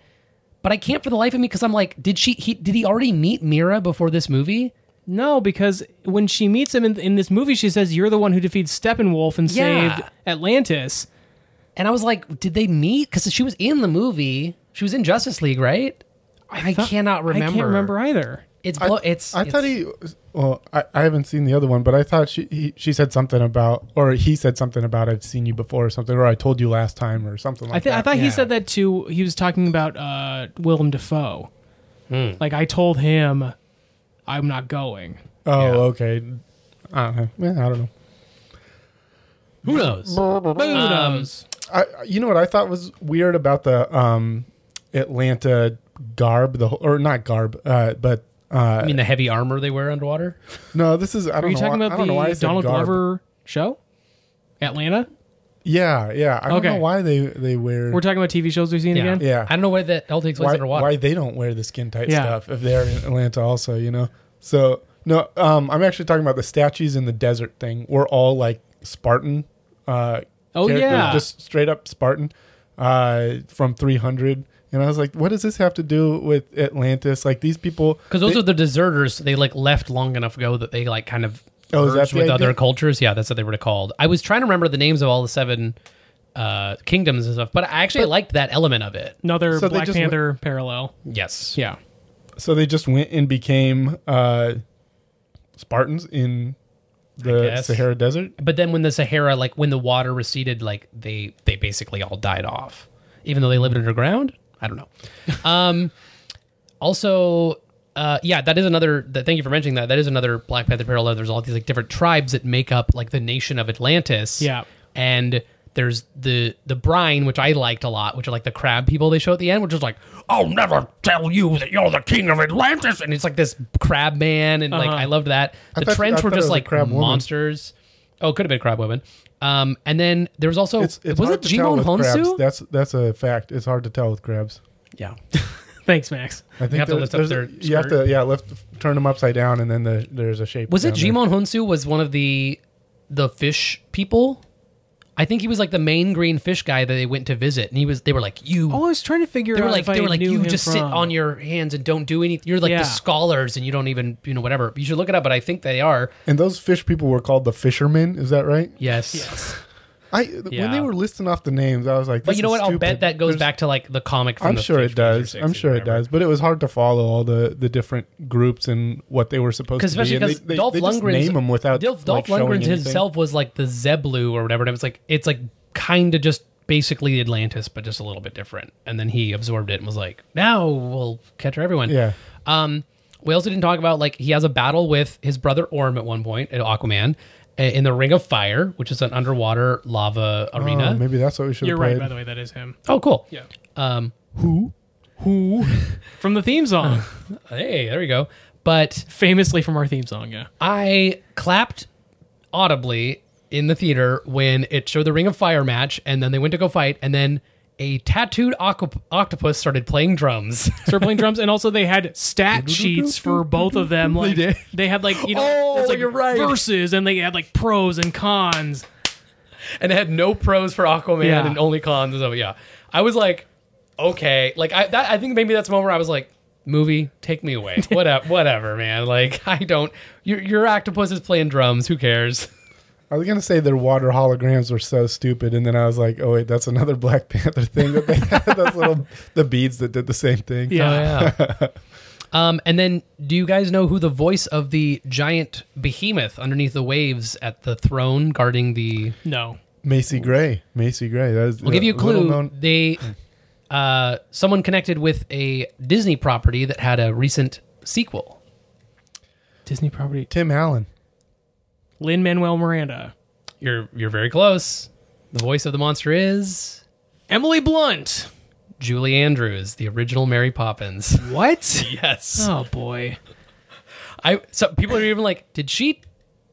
G: But I can't for the life of me because I'm like, did she? He did he already meet Mira before this movie?
F: no because when she meets him in, in this movie, she says, "You're the one who defeats Steppenwolf and
G: Yeah.
F: saved Atlantis."
G: And I was like, did they meet? Because she was in the movie. She was in Justice League, right? I, cannot remember.
F: I can't remember either.
G: It's blo- it's.
H: I
G: it's-
H: thought he. Well, I, I haven't seen the other one, but I thought she he, she said something about, or he said something about, I've seen you before, or something, or I told you last time, or something like
F: I, th-
H: that.
F: I thought
G: yeah.
F: he said that too. He was talking about uh, Willem Dafoe. Like I told him, I'm not going.
H: oh, okay. I don't know. Yeah, I don't know.
G: Who knows?
F: Who
G: Um,
F: knows?
H: I, you know what I thought was weird about the um, Atlanta garb, the whole- or not garb, uh, but
G: I
H: uh,
G: mean, the heavy armor they wear underwater.
H: no, this is I don't
F: Are you
H: know.
F: talking
H: why, I
F: about
H: don't know why I
F: the
H: said
F: Donald
H: garb.
F: Glover show? Atlanta?
H: Yeah, yeah. I don't
F: Okay.
H: know why they they wear.
F: We're talking about TV shows we've seen again?
H: Yeah.
G: I don't know why that all takes place
H: why,
G: underwater.
H: why they don't wear the skin tight
F: Yeah.
H: stuff if they're in Atlanta also, you know. So no, um, I'm actually talking about the statues in the desert thing. We're all like Spartan. Uh,
F: Oh,
H: characters,
F: yeah.
H: just straight up Spartan uh, from 300. And I was like, what does this have to do with Atlantis? Like these people,
G: Because those
H: they-
G: are the deserters. They like left long enough ago that they like kind of
H: Oh, is that
G: merged
H: the
G: with
H: idea?
G: other cultures. Yeah, that's what they were called. I was trying to remember the names of all the seven uh, kingdoms and stuff, but I actually liked that element of it.
F: Another
H: So they
F: Black
H: just
F: Panther parallel.
G: Yes.
F: Yeah.
H: so they just went and became uh, Spartans in the
G: guess.
H: Sahara Desert.
G: But then when the Sahara, like when the water receded, like they they basically all died off, even though they lived underground. I don't know. Um, also, uh, yeah, that is another. That, thank you for mentioning that. That is another Black Panther parallel. There's all these like different tribes that make up like the nation of Atlantis.
F: Yeah.
G: and There's the the brine, which I liked a lot, which are like the crab people they show at the end, which is like, I'll never tell you that you're the king of Atlantis, and it's like this crab man, and like I loved that. The
H: thought- I
G: Trents were
H: thought it
G: just
H: was a
G: like
H: crab woman.
G: monsters. Oh, it could have been crab women. Um, and then there was also
H: It's, it's
G: was
H: hard
G: it
H: to tell
G: Jimon
H: with crabs.
G: Honsu?
H: That's that's a fact. It's hard to tell with crabs.
G: yeah,
F: Thanks, Max.
H: I think
G: have to
H: there-
G: lift up
H: there's a-
G: their
H: You have
G: skirt.
H: to yeah lift turn them upside down and then the, there's a shape.
G: Was it
H: down there.
G: Jimon Honsu was one of the the fish people? I think he was like the main green fish guy that they went to visit, and he was. They were like, "You."
F: Oh, I was trying to figure
G: they
F: out.
G: were like,
F: if I
G: "They were like,
F: knew
G: you
F: him
G: just sit
F: from-
G: on your hands and don't do anything. You're like
F: Yeah.
G: the scholars, and you don't even, you know, whatever." You should look it up, but I think they are.
H: And those fish people were called the fishermen. Is that right?
G: Yes.
H: I
G: Yeah.
H: when they were listing off the names, I was like,
G: But
H: this
G: you know
H: is
G: what? I'll bet
H: stupid.
G: that goes
H: There's-
G: back to like the comic. From
H: I'm
G: the
H: sure
G: Fish
H: it does.
G: Ranger
H: I'm
G: 60s,
H: sure it
G: whatever.
H: does. But it was hard to follow all the, the different groups and what they were supposed to
G: Because
H: be.
G: especially
H: and
G: because
H: they, they,
G: Dolph
H: they just
G: Lundgren's
H: name them without
G: Dolph,
H: like,
G: Dolph
H: showing
G: Lundgren's
H: anything.
G: himself was like the Zeblu or whatever. And it was like it's like kind of just basically Atlantis, but just a little bit different. And then he absorbed it and was like, now we'll catch everyone.
H: Yeah.
G: Um, we also didn't talk about like he has a battle with his brother Orm at one point at Aquaman uh, in the Ring of Fire, which is an underwater lava arena.
H: Oh, maybe that's what we should.
F: You're
H: have
F: right,
H: played.
F: by the way. That is him.
G: oh cool.
F: Yeah.
G: Um,
F: Who? [LAUGHS] from the theme [LAUGHS] song.
G: hey, there you go. But
F: Famously from our theme song, yeah.
G: I clapped audibly in the theater when it showed the Ring of Fire match, and then they went to go fight, and then a tattooed ocu- octopus started playing drums. [LAUGHS]
F: Started playing drums, and also they had stat sheets for both of them. Like,
G: did.
F: They had like you know,
G: Oh,
F: it's like
G: you're right.
F: verses, and they had like pros and cons.
G: and it had no pros for Aquaman
F: Yeah.
G: and only cons. So yeah, I was like, okay, like I that I think maybe that's the moment where I was like, movie, take me away, whatever, whatever, man. Like [LAUGHS] I don't, your your octopus is playing drums. Who cares?
H: I was gonna say their water holograms were so stupid, and then I was like, oh wait, that's another [LAUGHS] Black Panther thing that they had
G: [LAUGHS]
H: those little the beads that did the same thing.
G: Oh, yeah. [LAUGHS] um, and then, do you guys know who the voice of the giant behemoth underneath the waves at the throne guarding the?
F: No,
H: Macy Gray, Macy Gray. That was,
G: We'll give you a clue.
H: known-
G: They, uh, someone connected with a Disney property that had a recent sequel.
F: Disney property.
H: Tim Allen.
F: Lin Manuel Miranda,
G: You're you're very close. The voice of the monster is
F: Emily Blunt.
G: Julie Andrews, the original Mary Poppins.
F: What?
G: Yes,
F: Oh boy.
G: I. So people are even like, did she,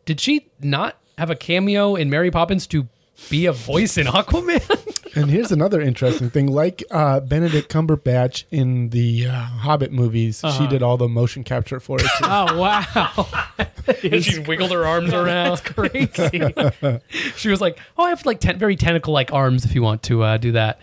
G: did she not have a cameo in Mary Poppins to be a voice in Aquaman? [LAUGHS]
H: And here's another interesting thing. Like uh, Benedict Cumberbatch in the uh, Hobbit movies,
G: Uh-huh.
H: she did all the motion capture for it. too.
F: [LAUGHS]
G: [LAUGHS]
F: Oh wow.
G: and she wiggled her
F: [LAUGHS]
G: arms around.
F: Crazy.
G: She was like, "Oh, I have like ten, very tentacle like arms if you want to uh, do that."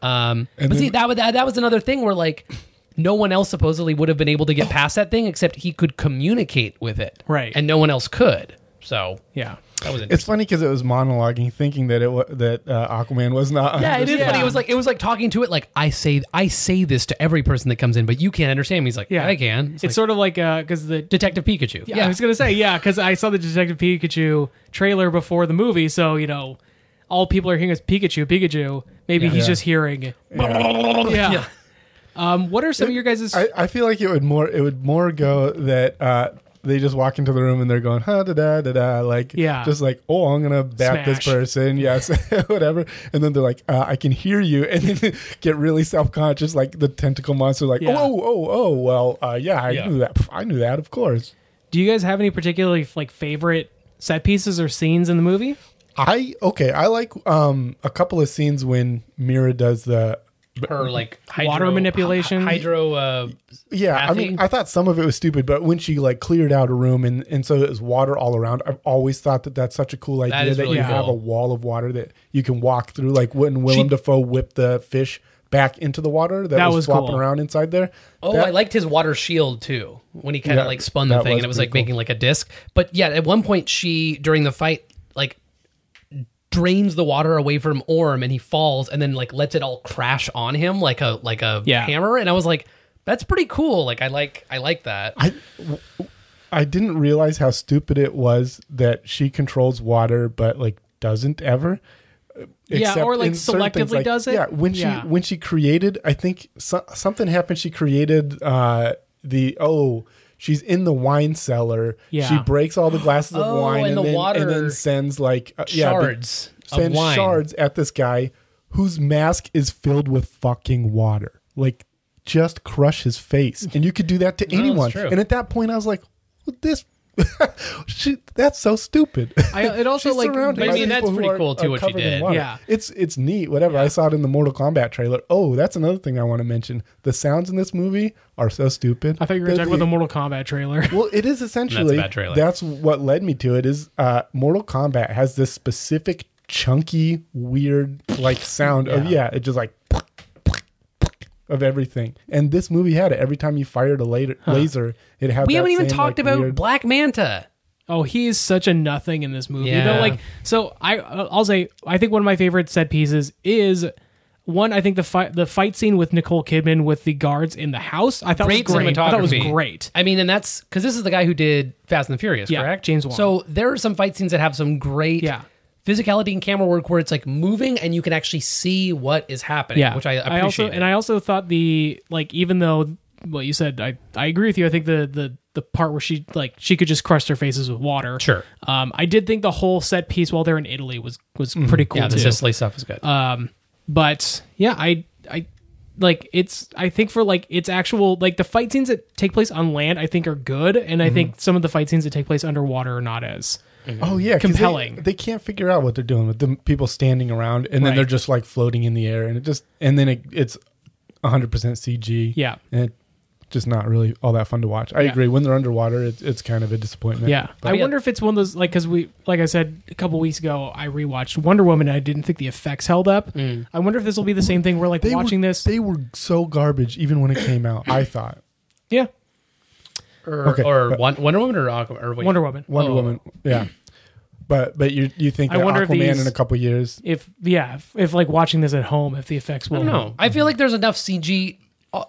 G: Um, but see, that, wa- that that was another thing where like no one else supposedly would have been able to get past that thing except he could communicate with it,
F: Right.
G: And no one else could. So
F: [LAUGHS] yeah.
G: that was interesting.
H: It's funny because it was monologuing, thinking that it wa that uh, Aquaman was not.
G: Yeah, it is
F: Yeah.
G: funny. It was like it was like talking to it. Like I say, I say this to every person that comes in, but you can't understand me. He's like, yeah,
F: Yeah.
G: I can. It's,
F: It's,
G: like
F: sort of like uh because the
G: Detective Pikachu.
F: yeah, I was gonna say yeah because I saw the Detective Pikachu trailer before the movie, so you know all people are hearing is Pikachu, Pikachu. Maybe he's
H: Yeah.
F: just hearing. [LAUGHS] Yeah. Um, what are some of your guys'
H: I, I feel like it would more it would more go that uh, they just walk into the room and they're going ha da da da da like
F: Yeah.
H: just like oh I'm gonna bat
F: Smash.
H: this person yes [LAUGHS] whatever and then they're like uh, I can hear you and then [LAUGHS] get really self conscious like the tentacle monster like
F: Yeah.
H: oh oh oh well uh, yeah I
G: Yeah.
H: knew that Pff, I knew that of course
F: Do you guys have any particularly like favorite set pieces or scenes in the movie?
H: I okay I like um a couple of scenes when Mira does the
G: her like
F: Water manipulation.
G: hydro. Uh,
H: Yeah, I
G: Kathy?
H: mean, I thought some of it was stupid, but when she like cleared out a room and and so it was water all around, I've always thought that that's such a cool idea
G: is
H: that,
G: really
H: you have
G: cool.
H: a wall of water that you can walk through. Like when Willem Dafoe whipped the fish back into the water that,
F: That
H: was,
F: was
H: flopping
F: cool.
H: around inside there.
G: Oh,
H: That-
G: I liked his water shield too when he kind of
H: Yeah,
G: like spun the
H: that
G: thing
H: was
G: and it was
H: pretty
G: like making like a disc. But yeah, at one point she during the fight like drains the water away from Orm and he falls and then like lets it all crash on him like a like a
F: Yeah.
G: hammer and I was like that's pretty cool. Like I like I like that.
H: I I didn't realize how stupid it was that she controls water, but like doesn't ever. Except
F: or, like,
H: in certain things,
F: selectively does it?
H: Yeah, when
F: Yeah.
H: she when she created, I think so, something happened. She created uh, the oh. She's in the wine cellar.
F: Yeah.
H: She breaks all the glasses of
G: Oh,
H: wine
G: and the
H: then,
G: water
H: and then sends like uh, yeah, but-
G: Shards of
H: sends
G: wine.
H: shards at this guy whose mask is filled with fucking water. Like just crush his face. And you could do that to
G: that's
H: anyone.
G: true.
H: And at that point I was like, well, this [LAUGHS] she, that's so stupid.
F: I, it also
H: [LAUGHS] She's
F: like
H: surrounded
G: but I
H: by
G: mean, that's
H: people who
G: pretty
H: are-
G: cool, too,
H: are
G: what she
H: covered in
G: did.
H: water.
F: Yeah.
H: it's it's neat. Whatever I saw it in the Mortal Kombat trailer. Oh, that's another thing I want to mention. The sounds in this movie are so stupid.
F: I thought you were going to talk
H: They're
F: about the
H: the-
F: Mortal Kombat trailer.
H: well, it is essentially
G: bad trailer.
H: that's what led me to it. Is uh, Mortal Kombat has this specific chunky, weird like sound of yeah, it just like of everything. And this movie had it. Every time you fired a later, laser, it had.
G: We
H: that
G: haven't even
H: same,
G: talked
H: like,
G: about
H: weird-
G: Black Manta.
F: Oh, he is such a nothing in this movie. You
G: Yeah.
F: know, like so. I uh, I'll say I think one of my favorite set pieces is one. I think the fight the fight scene with Nicole Kidman with the guards in the house. I thought
G: Great
F: was great. I
G: cinematography.
F: thought was great.
G: I mean, and that's because this is the guy who did Fast and the Furious,
F: Yeah,
G: correct?
F: James Wan.
G: So there are some fight scenes that have some great
F: Yeah.
G: physicality and camera work where it's like moving and you can actually see what is happening,
F: Yeah,
G: which I appreciate.
F: also and I also thought the like even though what you said, I I agree with you. I think the the the part where she like she could just crush their faces with water.
G: Sure.
F: Um, I did think the whole set piece while they're in Italy was was pretty cool
G: Mm-hmm. yeah, the
F: too.
G: Sicily stuff is good.
F: Uh, but yeah i i like it's i think for like its actual like the fight scenes that take place on land i think are good and i
G: Mm-hmm.
F: think some of the fight scenes that take place underwater are not as
H: Oh yeah, 'cause they-
F: Compelling.
H: They, can't figure out what they're doing with the people standing around, and then
F: Right.
H: they're just like floating in the air, and it just and then it, it's 100 percent CG.
F: Yeah.
H: and it, just not really all that fun to watch. I
F: Yeah.
H: agree. When they're underwater, it, it's kind of a disappointment.
F: yeah i
G: yeah.
F: wonder if it's one of those like because we like i said a couple weeks ago i rewatched wonder woman and i didn't think the effects held up
G: Mm.
F: i wonder if this will be the same thing we're like
H: They
F: watching
H: were,
F: this
H: they were so garbage even when it came out. I thought
F: yeah
G: or
H: okay,
G: or
H: but-
G: Won- Wonder Woman or Aquaman? Or wait,
F: wonder woman
H: Wonder
G: Oh.
H: Woman, yeah, but but you you think
F: I
H: that
F: wonder if
H: Aquaman
F: these-
H: in a couple years?
F: if yeah if, if like watching this at home if the effects will
G: I don't know. I feel like there's enough CG uh,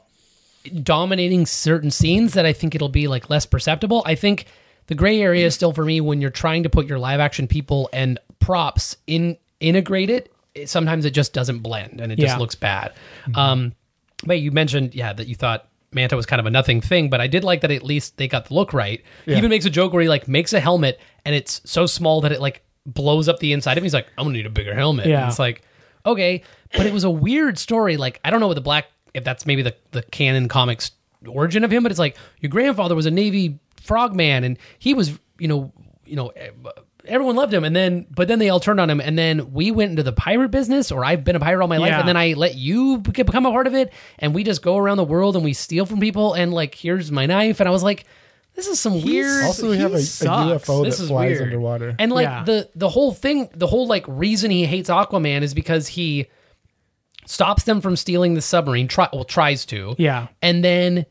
G: dominating certain scenes that I think it'll be like less perceptible. I think the gray area is still for me when you're trying to put your live action people and props in integrate it. it- sometimes it just doesn't blend and it
F: Yeah.
G: just looks bad. Um, but you mentioned yeah that you thought. Manta was kind of a nothing thing, but I did like that at least they got the look right. He even makes a joke where he like makes a helmet and it's so small that it like blows up the inside of him. He's like, I'm gonna need a bigger helmet.
F: Yeah.
G: And it's like, okay. But it was a weird story. Like, I don't know what the black, if that's maybe the, the canon comics origin of him, but it's like your grandfather was a Navy frogman and he was, you know, you know, eh, everyone loved him. And then, but then they all turned on him. And then we went into the pirate business or I've been a pirate all my life.
F: Yeah.
G: And then I let you be- become a part of it. And we just go around the world and we steal from people. And like, here's my knife. And I was like, this is some weird.
H: Also, we have a, a
F: sucks.
H: UFO
G: This
H: that
G: is
H: flies
G: weird.
H: underwater.
G: And like
F: Yeah.
G: the the whole thing, the whole like reason he hates Aquaman is because he stops them from stealing the submarine. Try well tries to.
F: Yeah.
G: And then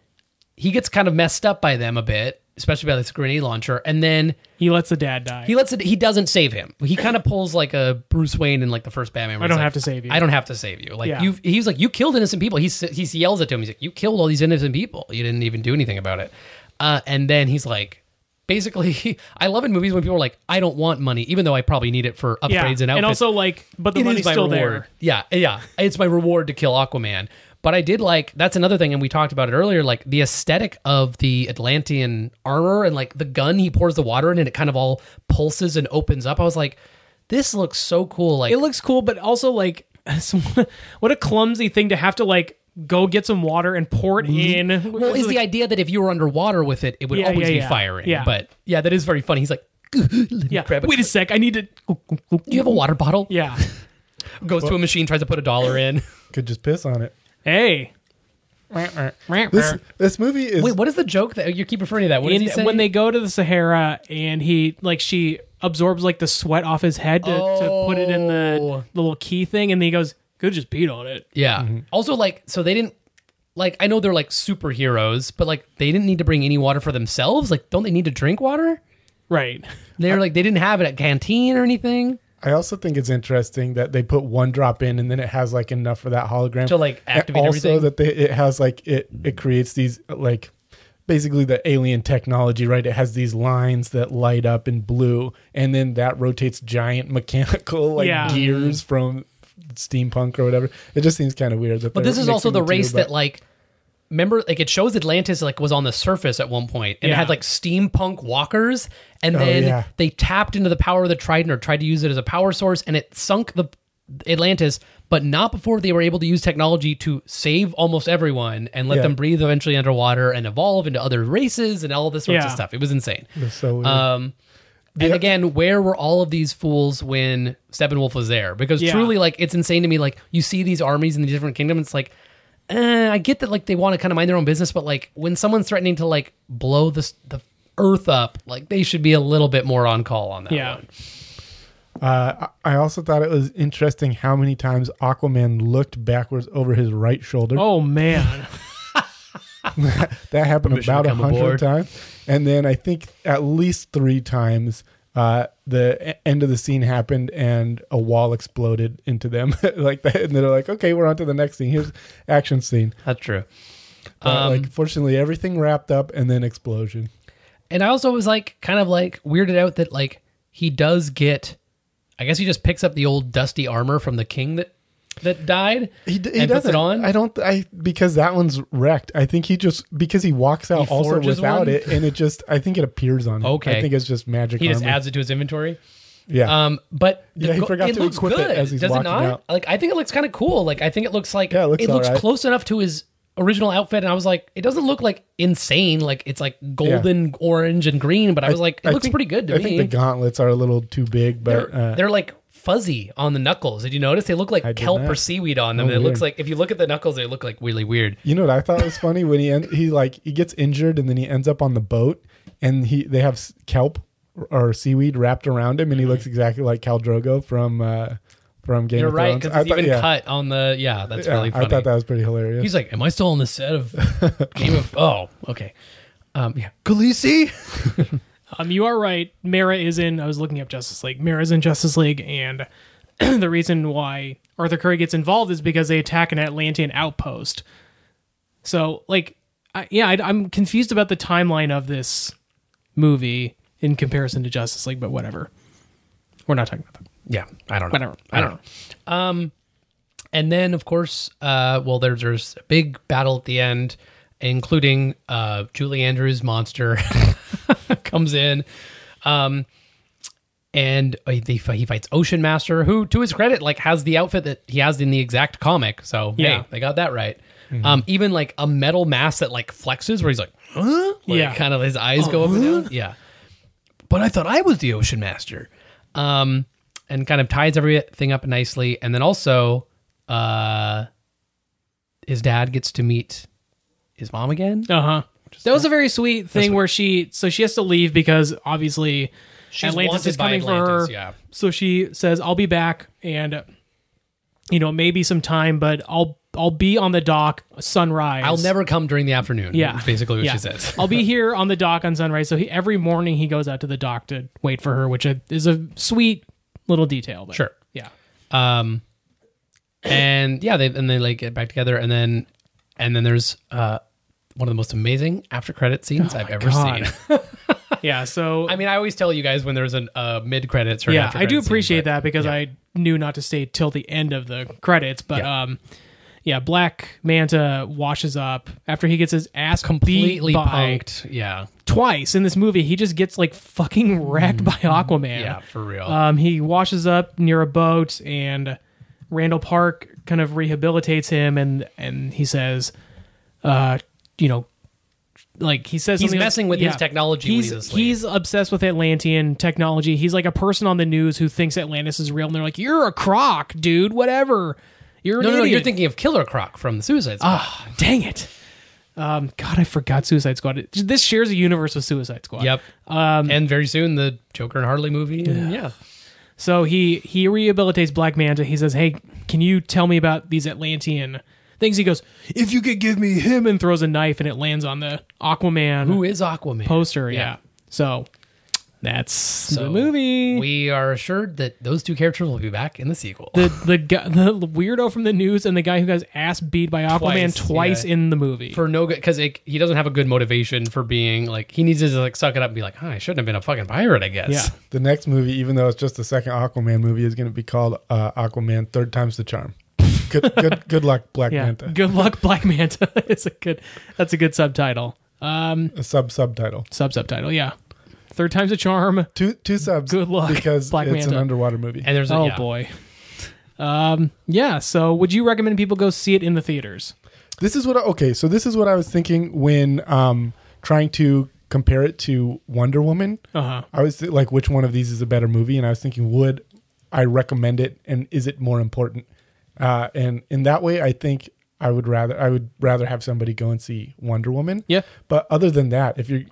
G: he gets kind of messed up by them a bit, especially by this grenade launcher. And then
F: he lets the dad die
G: he lets it. He doesn't save him. He kind of pulls like a Bruce Wayne in like the first Batman. where
F: I
G: he's
F: don't
G: like,
F: have to save you.
G: I don't have to save you. Like
F: Yeah.
G: you, he's like you killed innocent people. He's he yells at him. He's like you killed all these innocent people. You didn't even do anything about it. Uh, and then he's like, basically, [LAUGHS] I love in movies when people are like, I don't want money, even though I probably need it for upgrades
F: yeah
G: and outfits.
F: and also like but the
G: It is
F: money's
G: my
F: still
G: reward.
F: there
G: Yeah, yeah. It's my reward to kill Aquaman. But I did like that's another thing, and we talked about it earlier, like the aesthetic of the Atlantean armor and like the gun he pours the water in and it kind of all pulses and opens up. I was like, this looks so cool. Like
F: it looks cool, but also like [LAUGHS] what a clumsy thing to have to like go get some water and pour it in.
G: Mm-hmm. well, is the idea that if you were underwater with it, it would
F: Yeah,
G: always
F: yeah,
G: be
F: yeah.
G: firing.
F: Yeah.
G: But yeah, that is very funny. He's like, [LAUGHS]
F: yeah.
G: grab it.
F: Wait a sec, I need to.
G: Do you have a water bottle?
F: [LAUGHS] Yeah.
G: Goes to a machine, tries to put a dollar in.
H: Could just piss on it.
F: Hey.
H: This this movie is
G: Wait, what is the joke that you keep referring to that? What did
F: In-
G: he say?
F: when they go to the Sahara and he like she absorbs like the sweat off his head to, to put it in the
G: Oh.
F: little key thing, and then he goes, "Could just beat on it."
G: Yeah. Also, like, so they didn't like. I know they're like superheroes, but like they didn't need to bring any water for themselves. Like, don't they need to drink water?
F: Right.
G: They're like they didn't have it at canteen or anything.
H: I also think it's interesting that they put one drop in and then it has like enough for that hologram
G: To, like,
H: And
G: activate
H: Also,
G: everything?
H: that they, it has like it it creates these like basically the alien technology, right? It has these lines that light up in blue, and then that rotates giant [LAUGHS] mechanical like
F: Yeah.
H: gears from steampunk or whatever. It just seems kind of weird. That
G: But this is also the race that like remember like it shows Atlantis like was on the surface at one point and
F: Yeah.
G: it had like steampunk walkers and then
H: yeah.
G: they tapped into the power of the trident or tried to use it as a power source and it sunk the Atlantis but not before they were able to use technology to save almost everyone and let
H: Yeah.
G: them breathe eventually underwater and evolve into other races and all this sorts of
F: Yeah.
G: stuff it was insane
H: So weird.
G: um, and again, where were all of these fools when Steppenwolf was there? Because
F: Yeah.
G: truly, like, it's insane to me. Like, you see these armies in the different kingdoms. It's like, eh, I get that, like, they want to kind of mind their own business, but like, when someone's threatening to like blow this the earth up, like, they should be a little bit more on call on that.
F: Yeah.
G: one.
H: Uh, I I also thought it was interesting how many times Aquaman looked backwards over his right shoulder.
F: Oh man.
H: that happened about a
G: come aboard.
H: hundred times, and then I think at least three times uh, the e- end of the scene happened and a wall exploded into them [LAUGHS] like that, and they're like, "Okay, we're on to the next scene. Here's action scene."
G: That's true.
H: But,
G: Um,
H: like, fortunately, everything wrapped up and then explosion.
G: And I also was like, kind of like weirded out that like he does get. I guess he just picks up the old dusty armor from the king that that died
H: He, d- he
G: and
H: doesn't.
G: puts it on.
H: I don't. I because that one's wrecked. I think he just because he walks out also
G: forges
H: without
G: one?
H: it, and it just. I think it appears on. him.
G: Okay.
H: I think it's just magic.
G: he just
H: armor.
G: adds it to his inventory.
H: Yeah.
G: Um, but
H: Yeah, he
G: go-
H: forgot to
G: looks
H: equip it
G: good,
H: as he's
G: does it
H: walking
G: not?
H: out.
G: Like I think it looks kind of cool. Like I think it looks like
H: Yeah, it looks all
G: looks
H: right.
G: close enough to his original outfit, and I was like, it doesn't look like insane. Like it's like golden, orange, and green, but I was like, it looks
H: think-
G: pretty good to
H: I
G: me.
H: think the gauntlets are a little too big, but
G: they're,
H: uh,
G: they're, like fuzzy on the knuckles. Did you notice they look like
H: did
G: kelp or
H: not.
G: seaweed on them?
H: Oh,
G: it looks
H: weird.
G: like if you look at the knuckles, they look like really weird.
H: you know what I thought was funny when he en- he like he gets injured and then he ends up on the boat and he they have s- kelp or seaweed wrapped around him and he looks exactly like Cal Drogo from uh, from Game
G: Mm-hmm. You're
H: of
G: right
H: Thrones.
G: because
H: I
G: it's
H: thought-
G: even
H: yeah.
G: cut on the yeah. That's
H: Yeah,
G: really funny.
H: I thought that was pretty hilarious.
G: He's like, "Am I still on the set of Game of?" Oh, okay. Um, yeah, Khaleesi.
F: Um, you are right. Mara is in. I was looking up Justice League. Mara's in Justice League, and [CLEARS THROAT] the reason why Arthur Curry gets involved is because they attack an Atlantean outpost. So, like, I, yeah, I, I'm confused about the timeline of this movie in comparison to Justice League, but whatever. We're not talking about that.
G: Yeah, I don't know.
F: Whatever.
G: I don't know. Um, and then of course, uh, well, there's there's a big battle at the end, including uh, Julie Andrews' monster [LAUGHS] comes in, um, and uh, they, fi- he fights Ocean Master, who to his credit, like has the outfit that he has in the exact comic. So yeah,
F: Yeah.
G: they got that right. Um, even like a metal mask that like flexes, where he's like, huh? Like,
F: Yeah.
G: kind of his eyes go up and down. Yeah but I thought I was the ocean master. Um, and kind of ties everything up nicely. And then also, uh, his dad gets to meet his mom again.
F: Uh huh. That was a very sweet thing where she so she has to leave because obviously
G: She's
F: Atlantis
G: wanted
F: is
G: by
F: coming
G: Atlantis,
F: for her.
G: yeah.
F: So she says, "I'll be back, and you know maybe some time, but I'll I'll be on the dock sunrise.
G: I'll never come during the afternoon.
F: Yeah,
G: is basically what
F: Yeah.
G: she says.
F: [LAUGHS] I'll be here on the dock on sunrise. So he, every morning he goes out to the dock to wait for her, which is a sweet little detail. But
G: Sure.
F: yeah,
G: Um, and yeah, they and they like get back together, and then and then there's uh one of the most amazing after credit scenes I've ever
F: Oh God.
G: seen.
F: yeah.
G: [LAUGHS]
F: So
G: I mean, I always tell you guys when there's an uh, mid credits or
F: yeah, I do appreciate that because I knew not to stay till the end of the credits. But
G: Yeah.
F: um, yeah, Black Manta washes up after he gets his ass
G: completely
F: beat by-
G: punked. Yeah,
F: twice in this movie. He just gets like fucking wrecked by Aquaman.
G: Mm-hmm. yeah, for real.
F: Um, he washes up near a boat, and Randall Park kind of rehabilitates him, and and he says, uh, you know, like he says
G: He's
F: something like-
G: messing with his technology when
F: He's
G: he's asleep.
F: he's obsessed with Atlantean technology. He's like a person on the news who thinks Atlantis is real, and they're like, "You're a crock, dude. Whatever." You're an
G: No, no, no,
F: idiot."
G: you're thinking of Killer Croc from the Suicide Squad.
F: Ah, dang it. Um, God, I forgot Suicide Squad. It- This shares a universe with Suicide Squad.
G: Ah, Yep. and very soon the Joker and Harley movie. and Um, Yeah.
F: So he he rehabilitates Black Manta. He says, "Hey, can you tell me about these Atlantean things?" He goes, "If you could give me him," and throws a knife, and it lands on the Aquaman
G: Who is Aquaman?
F: poster. Yeah.
G: Yeah.
F: So that's the
G: So
F: movie.
G: We are assured that those two characters will be back in the sequel.
F: the the guy, the weirdo from the news and the guy who got his ass beat by Aquaman
G: Twice,
F: twice,
G: yeah.
F: in the movie.
G: for no good, because he doesn't have a good motivation for being like he needs to just, like suck it up and be like, huh, I shouldn't have been a fucking pirate, I guess.
F: yeah.
H: the next movie, even though it's just the second Aquaman movie, is going to be called uh, Aquaman: Third Time's the Charm. good,
G: [LAUGHS]
H: good, good luck, Black
F: Yeah.
H: Manta.
F: Good luck, Black Manta. [LAUGHS] is a good. That's a good subtitle. Um,
H: A sub subtitle.
F: sub subtitle. Yeah. Third time's a charm.
H: Two two subs.
F: Good luck,
H: because
F: Black
H: it's an
F: Manta.
H: underwater movie.
G: And there's a,
F: Oh
G: yeah.
F: boy. Um, yeah. So, would you recommend people go see it in the theaters?
H: This is what I, okay. So this is what I was thinking when um trying to compare it to Wonder Woman.
F: Uh-huh.
H: I was th- like, which one of these is a better movie? And I was thinking, would I recommend it? And is it more important? Uh, and in that way, I think I would rather I would rather have somebody go and see Wonder Woman.
F: Yeah.
H: But other than that, if you're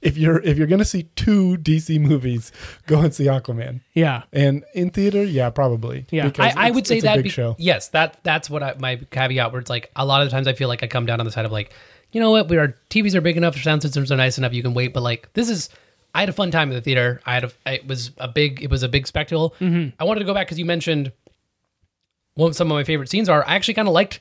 H: if you're if you're gonna see two DC movies, go and see Aquaman.
F: Yeah.
H: And in theater, yeah, probably.
F: Yeah.
H: Because
G: I, I
H: it's-
G: would say
H: it's
G: that
H: a big
G: be-
H: show.
G: yes, that that's what I, my caveat where it's like a lot of the times I feel like I come down on the side of like, you know what, we are TVs are big enough, sound systems are nice enough, you can wait, but like this is I had a fun time in the theater. I had a it was a big it was a big spectacle. I wanted to go back because you mentioned what some of my favorite scenes are. I actually kind of liked.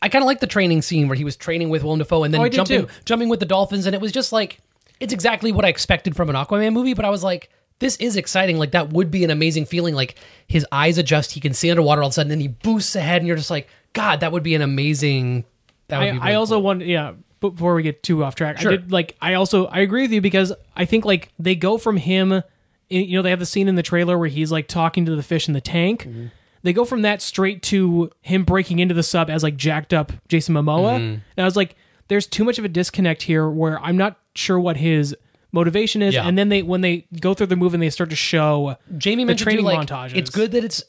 G: I kind of liked the training scene where he was training with Willem Dafoe and then
F: Oh, I did
G: jumping
F: too.
G: jumping with the dolphins, and it was just like it's exactly what I expected from an Aquaman movie. But I was like, this is exciting. Like that would be an amazing feeling. Like his eyes adjust, he can see underwater all of a sudden, and he boosts ahead, and you're just like, God, that would be an amazing. That would
F: I,
G: be
F: I
G: really
F: also
G: cool.
F: want yeah. but Before we get too off track,
G: Sure.
F: I did like I also I agree with you because I think like they go from him, you know, they have the scene in the trailer where he's like talking to the fish in the tank.
G: Mm-hmm.
F: They go from that straight to him breaking into the sub as like jacked up Jason Momoa,
G: Mm-hmm.
F: and I was like, there's too much of a disconnect here where I'm not sure what his motivation is.
G: Yeah.
F: And then they when they go through the move and they start to show
G: Jamie
F: the
G: mentioned
F: training
G: too, like,
F: montages.
G: It's good that it's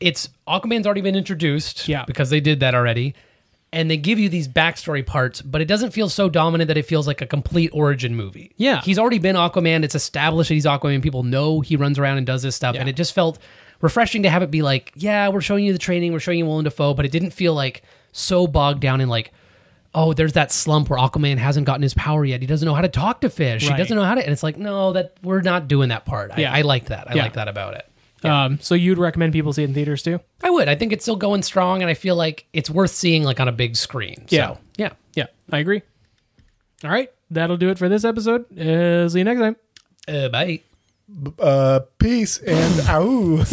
G: it's Aquaman's already been introduced,
F: Yeah.
G: because they did that already, and they give you these backstory parts, but it doesn't feel so dominant that it feels like a complete origin movie.
F: Yeah.
G: he's already been Aquaman. It's established that he's Aquaman. People know he runs around and does this stuff, and it just felt refreshing to have it be like, yeah, we're showing you the training, we're showing you Willem Dafoe, but it didn't feel like so bogged down in like. Oh, there's that slump where Aquaman hasn't gotten his power yet. He doesn't know how to talk to fish.
F: Right.
G: He doesn't know how to, and it's like, no, that we're not doing that part. I,
F: Yeah.
G: I like that. I
F: Yeah.
G: like that about it.
F: Um, so you'd recommend people see it in theaters too?
G: I would. I think it's still going strong, and I feel like it's worth seeing like on a big screen. So,
F: Yeah.
G: yeah.
F: Yeah, I agree. All right, that'll do it for this episode. Uh, see you next time.
G: Uh, bye. [LAUGHS]
H: Uh, peace and au.